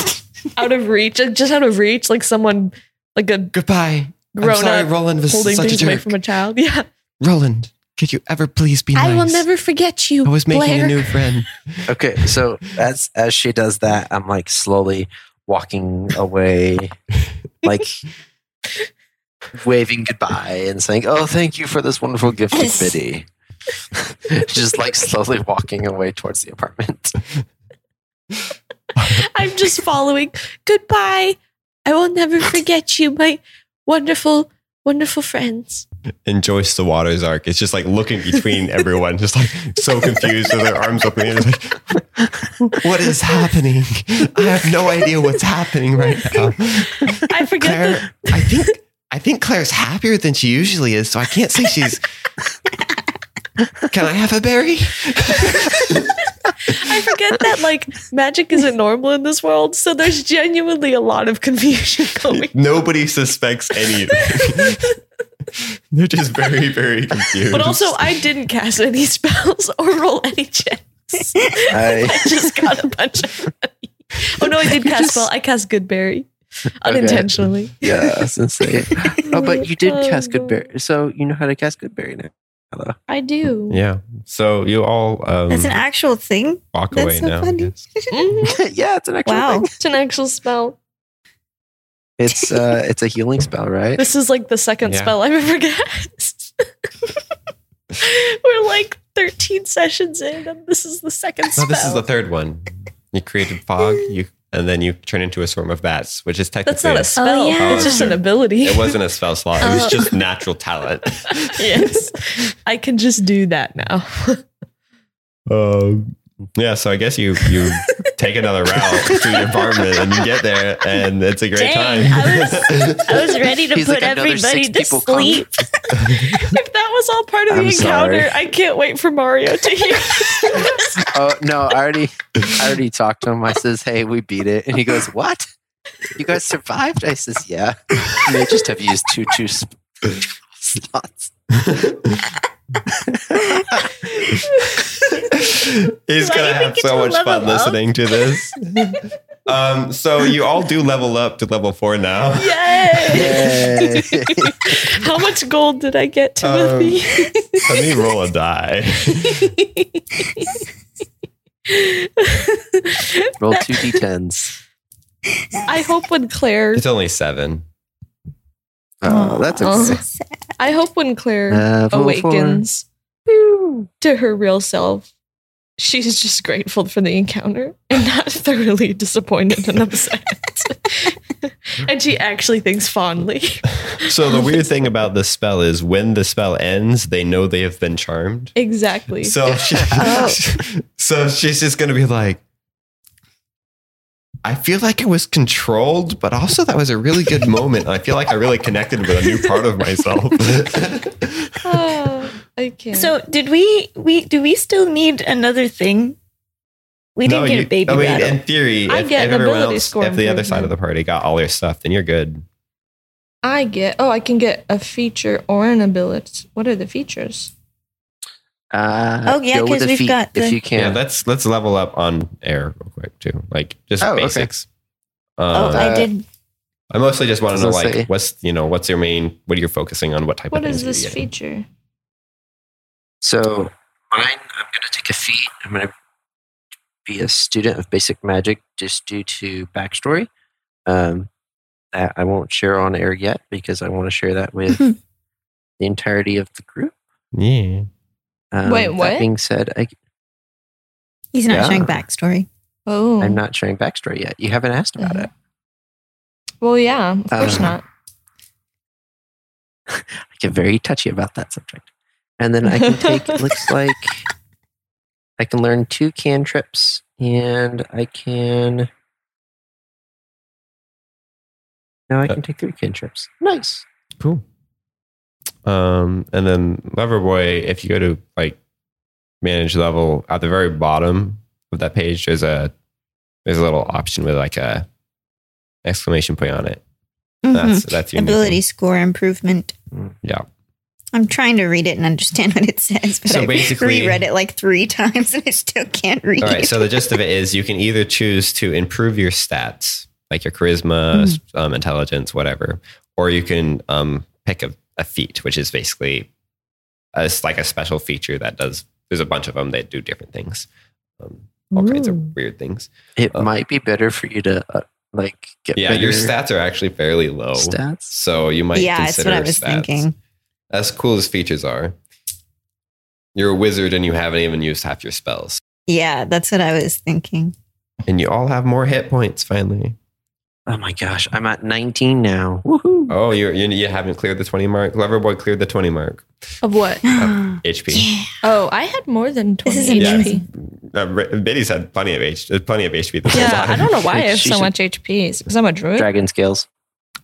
Speaker 8: out of reach just out of reach like someone like a
Speaker 1: Goodbye.
Speaker 5: Grown
Speaker 1: I'm sorry,
Speaker 5: up,
Speaker 1: Roland was
Speaker 5: holding
Speaker 1: such a
Speaker 5: things away
Speaker 1: jerk.
Speaker 5: from a child. Yeah.
Speaker 1: Roland, could you ever please be nice?
Speaker 8: i will never forget you
Speaker 1: I was making
Speaker 8: Blair.
Speaker 1: a new friend.
Speaker 6: Okay, so as as she does that, I'm like slowly walking away, like waving goodbye and saying, "Oh, thank you for this wonderful gift of pity." Just like slowly walking away towards the apartment.
Speaker 8: I'm just following. Goodbye. I will never forget you, my wonderful, wonderful friends.
Speaker 2: enjoys the water's arc. It's just like looking between everyone, just like so confused with their arms up in the air. Like,
Speaker 1: What is happening? I have no idea what's happening right now.
Speaker 5: I forget
Speaker 1: Claire,
Speaker 5: that
Speaker 1: I think I think Claire's happier than she usually is, so I can't say she's. Can I have a berry?
Speaker 5: I forget that like magic isn't normal in this world, so there's genuinely a lot of confusion going.
Speaker 2: nobody suspects anything. They're just very, very confused.
Speaker 5: But also, I didn't cast any spells or roll any checks.
Speaker 6: I,
Speaker 5: I just got a bunch of money. Oh no, I did cast spell. I cast Goodberry unintentionally.
Speaker 2: Oh,
Speaker 5: Oh,
Speaker 6: yeah, that's insane. Oh, but you did cast Goodberry, so you know how to cast Goodberry now. Hello.
Speaker 5: Um, I do.
Speaker 2: Yeah. So you all um,
Speaker 4: That's an actual thing.
Speaker 2: walk
Speaker 4: That's
Speaker 2: away
Speaker 4: so
Speaker 2: now. I
Speaker 4: funny.
Speaker 2: guess.
Speaker 5: Mhm.
Speaker 6: yeah, it's an actual
Speaker 4: Wow.
Speaker 6: thing.
Speaker 5: it's an actual spell.
Speaker 6: It's uh, it's a healing spell, right?
Speaker 5: This is like the second
Speaker 2: Yeah.
Speaker 5: spell I've ever guessed. We're like 13 sessions in, and this is the second
Speaker 2: No,
Speaker 5: spell.
Speaker 2: this is the third one. You created fog, you and then you turn into a swarm of bats, which is technically
Speaker 5: That's not a spell.
Speaker 4: Oh, yeah.
Speaker 5: It's just an ability.
Speaker 2: it wasn't a spell slot. It
Speaker 4: Oh.
Speaker 2: was just natural talent.
Speaker 5: yes. I can just do that now.
Speaker 2: Um, yeah, so I guess you you take another route through your apartment and you get there, and it's a great
Speaker 4: Dang,
Speaker 2: time.
Speaker 4: I was I was ready to
Speaker 6: He's
Speaker 4: put
Speaker 6: like, another
Speaker 4: everybody
Speaker 6: six
Speaker 4: to
Speaker 6: people come.
Speaker 4: sleep.
Speaker 5: if that was all part of the
Speaker 6: I'm
Speaker 5: encounter,
Speaker 6: sorry.
Speaker 5: I can't wait for Mario to hear.
Speaker 6: Oh no, I already I already talked to him. I says, "Hey, we beat it," and he goes, "What? You guys survived?" I says, "Yeah, you may just have used two two sp- slots."
Speaker 2: He's
Speaker 4: Do I
Speaker 2: gonna
Speaker 4: even
Speaker 2: have
Speaker 4: get
Speaker 2: so
Speaker 4: to
Speaker 2: much
Speaker 4: level
Speaker 2: fun
Speaker 4: up?
Speaker 2: listening to this. um, so you all do level up to level four now.
Speaker 5: Yay!
Speaker 6: Yay.
Speaker 5: How much gold did I get, Timothy?
Speaker 2: Let me roll a die.
Speaker 6: Roll two d10s.
Speaker 5: I hope when Claire,
Speaker 2: It's only seven.
Speaker 6: Oh, that's okay.
Speaker 5: I hope when Claire
Speaker 6: Level four.
Speaker 5: awakens to her real self, she's just grateful for the encounter and not thoroughly disappointed and upset. and she actually thinks fondly.
Speaker 2: So the weird thing about this spell is when the spell ends, they know they have been charmed.
Speaker 5: Exactly.
Speaker 2: So she,
Speaker 5: Oh.
Speaker 2: so she's just gonna be like, I feel like I was controlled, but also that was a really good moment. I feel like I really connected with a new part of myself.
Speaker 5: oh, I can't.
Speaker 4: So did we we do we still need another thing? We didn't
Speaker 2: No,
Speaker 4: get
Speaker 2: you-
Speaker 4: a baby
Speaker 2: I mean,
Speaker 4: rattle.
Speaker 2: in theory,
Speaker 5: I
Speaker 2: if,
Speaker 5: get
Speaker 2: if
Speaker 5: an
Speaker 2: everyone
Speaker 5: ability
Speaker 2: else,
Speaker 5: score
Speaker 2: if the other side of
Speaker 5: improvement.
Speaker 2: the party got all their stuff, then you're good.
Speaker 5: I get. Oh, I can get a feature or an ability. What are the features?
Speaker 6: Uh,
Speaker 4: Oh, yeah,
Speaker 6: go with
Speaker 4: 'cause
Speaker 6: the
Speaker 4: we've
Speaker 6: feet
Speaker 4: got
Speaker 6: if
Speaker 4: the-
Speaker 6: you
Speaker 2: Yeah,
Speaker 6: can.
Speaker 2: let's let's level up on air real quick too, like just
Speaker 6: Oh, okay.
Speaker 2: basics.
Speaker 4: oh,
Speaker 2: Um,
Speaker 4: I
Speaker 6: uh,
Speaker 4: did.
Speaker 2: I mostly just want to know
Speaker 6: Doesn't say.
Speaker 2: like what's you know what's your main what you're focusing on, what type
Speaker 5: What
Speaker 2: of
Speaker 5: is
Speaker 2: things
Speaker 5: this
Speaker 2: you're getting.
Speaker 5: feature?
Speaker 6: So mine, I'm gonna take a feat. I'm gonna be a student of basic magic just due to backstory. Um, that I won't share on air yet because I want to share that with the entirety of the group.
Speaker 2: Yeah.
Speaker 6: Um,
Speaker 5: Wait,
Speaker 6: that
Speaker 5: what?
Speaker 6: being said, I,
Speaker 4: He's not
Speaker 6: yeah.
Speaker 4: showing backstory.
Speaker 5: Oh,
Speaker 4: Mm.
Speaker 6: I'm not sharing backstory yet. You haven't asked
Speaker 4: Mm-hmm.
Speaker 6: about it.
Speaker 5: well, yeah, of course
Speaker 6: Um,
Speaker 5: not.
Speaker 6: I get very touchy about that subject. And then I can take. it looks like I can learn two cantrips, and I can. Now I
Speaker 2: Uh,
Speaker 6: can take three cantrips. Nice.
Speaker 2: Cool. Um, and then Loverboy, if you go to like manage level at the very bottom of that page, there's a there's a little option with like a exclamation point on it.
Speaker 4: Mm-hmm.
Speaker 2: That's that's your new thing.
Speaker 4: Ability score improvement.
Speaker 2: Yeah.
Speaker 4: I'm trying to read it and understand what it says, but
Speaker 2: So
Speaker 4: I
Speaker 2: basically-
Speaker 4: reread it like three times and I still can't read
Speaker 2: All right.
Speaker 4: it.
Speaker 2: So the gist of it is, you can either choose to improve your stats, like your charisma, s-
Speaker 4: Mm.
Speaker 2: um, intelligence, whatever, or you can um, pick a, a feat, which is basically a s like a special feature that does. There's a bunch of them that do different things, um, all kinds of weird things.
Speaker 6: It
Speaker 2: Uh,
Speaker 6: might be better for you to uh, like get
Speaker 2: Yeah, your
Speaker 6: better
Speaker 2: stats are actually fairly low,
Speaker 6: stats.
Speaker 2: so you might
Speaker 4: yeah, that's
Speaker 2: consider
Speaker 4: what I was
Speaker 2: stats.
Speaker 4: thinking.
Speaker 2: As cool as features are, you're a wizard and you haven't even used half your spells,
Speaker 4: Yeah, that's what I was thinking.
Speaker 2: and you all have more hit points finally.
Speaker 6: Oh my gosh, I'm at 19 now. Woohoo!
Speaker 2: Oh, you you you haven't cleared the twenty mark. Loverboy cleared the twenty mark.
Speaker 5: Of what?
Speaker 4: yeah.
Speaker 2: HP.
Speaker 5: Oh, I had more than
Speaker 4: This
Speaker 5: twenty
Speaker 4: is
Speaker 5: HP.
Speaker 2: Uh, Ri- Biddy's had plenty of HP. Plenty of HP. This whole
Speaker 5: Yeah,
Speaker 2: time.
Speaker 5: I don't know why I have
Speaker 6: She
Speaker 5: so
Speaker 6: should-
Speaker 5: much HP. Because I'm a druid.
Speaker 6: Dragon scales.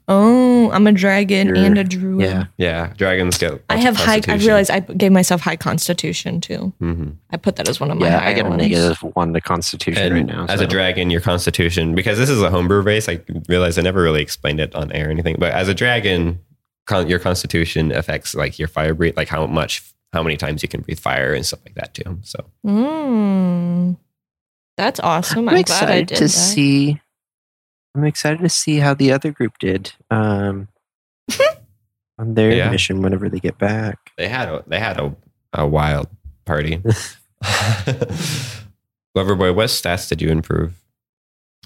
Speaker 5: Oh, I'm a dragon
Speaker 6: You're-
Speaker 5: and a druid.
Speaker 6: Yeah.
Speaker 2: Yeah, dragons get.
Speaker 5: I have high. I realized I gave myself high constitution too.
Speaker 2: hmm
Speaker 5: I put that as one of my.
Speaker 6: Yeah, I
Speaker 5: higher
Speaker 6: get a
Speaker 5: ones.
Speaker 6: negative one to constitution
Speaker 2: And
Speaker 6: right now.
Speaker 2: as
Speaker 6: so-
Speaker 2: a dragon, your constitution, because this is a homebrew race, I realized I never really explained it on air or anything. But as a dragon, con- your constitution affects like your fire breathe, like how much, how many times you can breathe fire and stuff like that too. So
Speaker 5: Mm, that's awesome. I'm,
Speaker 6: I'm
Speaker 5: glad I
Speaker 6: excited
Speaker 5: did
Speaker 6: to
Speaker 5: that.
Speaker 6: see. I'm excited to see how the other group did um, on their
Speaker 2: Yeah.
Speaker 6: mission whenever they get back.
Speaker 2: they had a, they had a a wild party. Loverboy, what stats did you improve?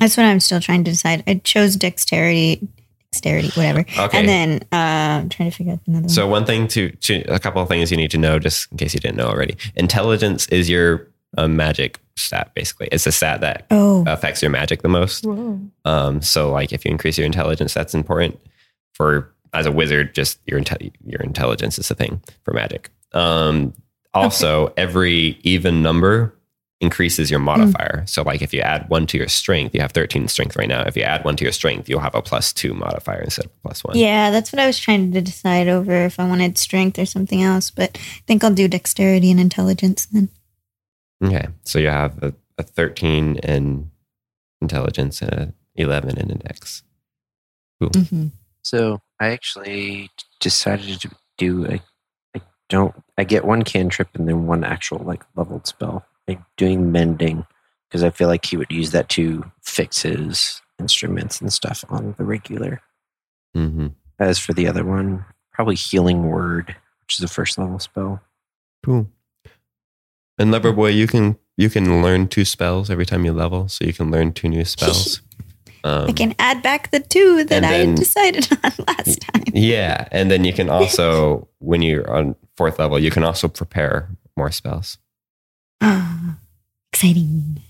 Speaker 4: That's what I'm still trying to decide. I chose dexterity, dexterity, whatever.
Speaker 2: Okay.
Speaker 4: And then uh, I'm trying to figure out another
Speaker 2: so one thing to, to a couple of things you need to know, just in case you didn't know already. Intelligence is your um, magic stat, basically. It's the stat that
Speaker 4: one. Oh,
Speaker 2: affects your magic the most.
Speaker 5: Whoa.
Speaker 2: Um, so like if you increase your intelligence, that's important for as a wizard. Just your inte- your intelligence is the thing for magic. Um, also, every even number increases
Speaker 4: Mm.
Speaker 2: your modifier. So like if you add one to your strength, you have thirteen strength right now. If you add one to your strength, you'll have a plus two modifier instead of a plus one.
Speaker 4: yeah, that's what I was trying to decide over if I wanted strength or something else. But I think I'll do dexterity and intelligence then.
Speaker 2: Okay, so you have a, a thirteen in intelligence and a eleven in index.
Speaker 4: Mm-hmm.
Speaker 6: So I actually decided to do a. I don't. I get one cantrip and then one actual like leveled spell. Like doing mending because I feel like he would use that to fix his instruments and stuff on the regular.
Speaker 2: Mm-hmm.
Speaker 6: As for the other one, probably healing word, which is a first level spell.
Speaker 2: Cool. And Loverboy, you can you can learn two spells every time you level, so you can learn two new spells. Um,
Speaker 4: I can add back the two that
Speaker 2: and
Speaker 4: I
Speaker 2: then-
Speaker 4: had decided on last time.
Speaker 2: Yeah, and then you can also, when you're on fourth level, you can also prepare more spells.
Speaker 4: Ah, exciting.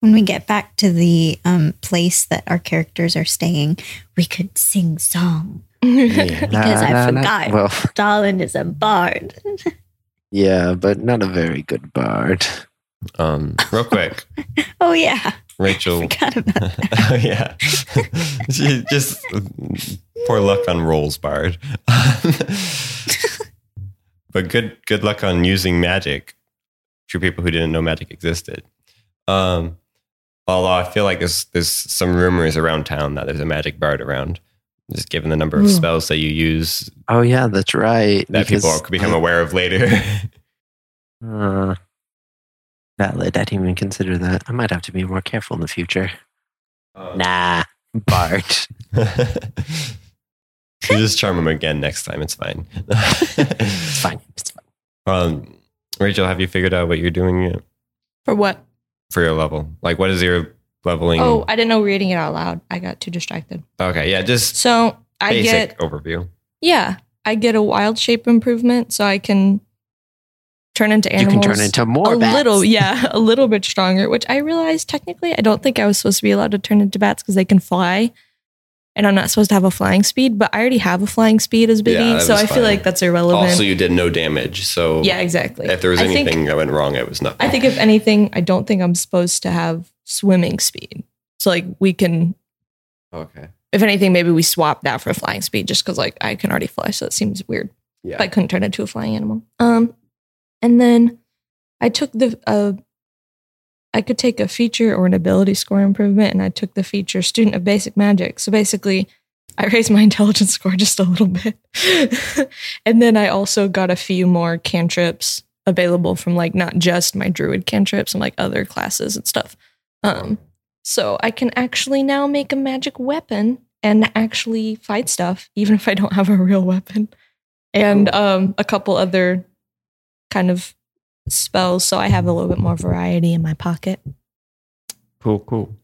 Speaker 4: When we get back to the um, place that our characters are staying, we could sing song. Because I forgot.
Speaker 6: Well,
Speaker 4: Stalin is a bard.
Speaker 6: yeah, but not a very good bard.
Speaker 2: Um, real quick,
Speaker 4: Oh yeah,
Speaker 2: Rachel.
Speaker 4: forgot about that.
Speaker 2: oh yeah, She just poor luck on rolls, Bard. but good good luck on using magic for people who didn't know magic existed. Um, although I feel like there's there's some rumors around town that there's a magic bard around. Just given the number of
Speaker 4: Ooh.
Speaker 2: spells that you use,
Speaker 6: Oh yeah, that's right.
Speaker 2: that people
Speaker 6: because-
Speaker 2: could become aware of later.
Speaker 6: Uh, valid. I didn't even consider that. I might have to be more careful in the future. Nah, Bart.
Speaker 2: you just charm him again next time. It's fine.
Speaker 6: it's fine. It's fine.
Speaker 2: Um, Rachel, have you figured out what you're doing yet
Speaker 5: For what?
Speaker 2: for your level? Like, what is your leveling?
Speaker 5: Oh, I didn't know reading it out loud. I got too distracted.
Speaker 2: okay, yeah, just
Speaker 5: So I
Speaker 2: basic
Speaker 5: get
Speaker 2: overview.
Speaker 5: yeah, I get a wild shape improvement, so I can turn into animals.
Speaker 6: You can turn into more
Speaker 5: a
Speaker 6: bats.
Speaker 5: little, yeah, a little bit stronger. Which I realized technically, I don't think I was supposed to be allowed to turn into bats because they can fly, and I'm not supposed to have a flying speed. But I already have a flying speed as Biggie,
Speaker 2: Yeah, that
Speaker 5: so
Speaker 2: was
Speaker 5: I
Speaker 2: fine.
Speaker 5: feel like that's irrelevant.
Speaker 2: Also, you did no damage, so
Speaker 5: yeah, exactly.
Speaker 2: if there was
Speaker 5: I think-
Speaker 2: anything that went wrong, it was nothing.
Speaker 5: I think if anything, I don't think I'm supposed to have swimming speed. So like we can,
Speaker 2: okay,
Speaker 5: if anything, maybe we swap that for flying speed, just because like I can already fly, so it seems weird.
Speaker 2: yeah,
Speaker 5: If I couldn't turn into a flying animal. Um, and then I took the uh, I could take a feature or an ability score improvement, and I took the feature student of basic magic. So basically, I raised my intelligence score just a little bit, and then I also got a few more cantrips available from like not just my druid cantrips and like other classes and stuff. Um, so I can actually now make a magic weapon and actually fight stuff, even if I don't have a real weapon and um, a couple other kind of spells. So I have a little bit more variety in my pocket.
Speaker 2: cool, cool.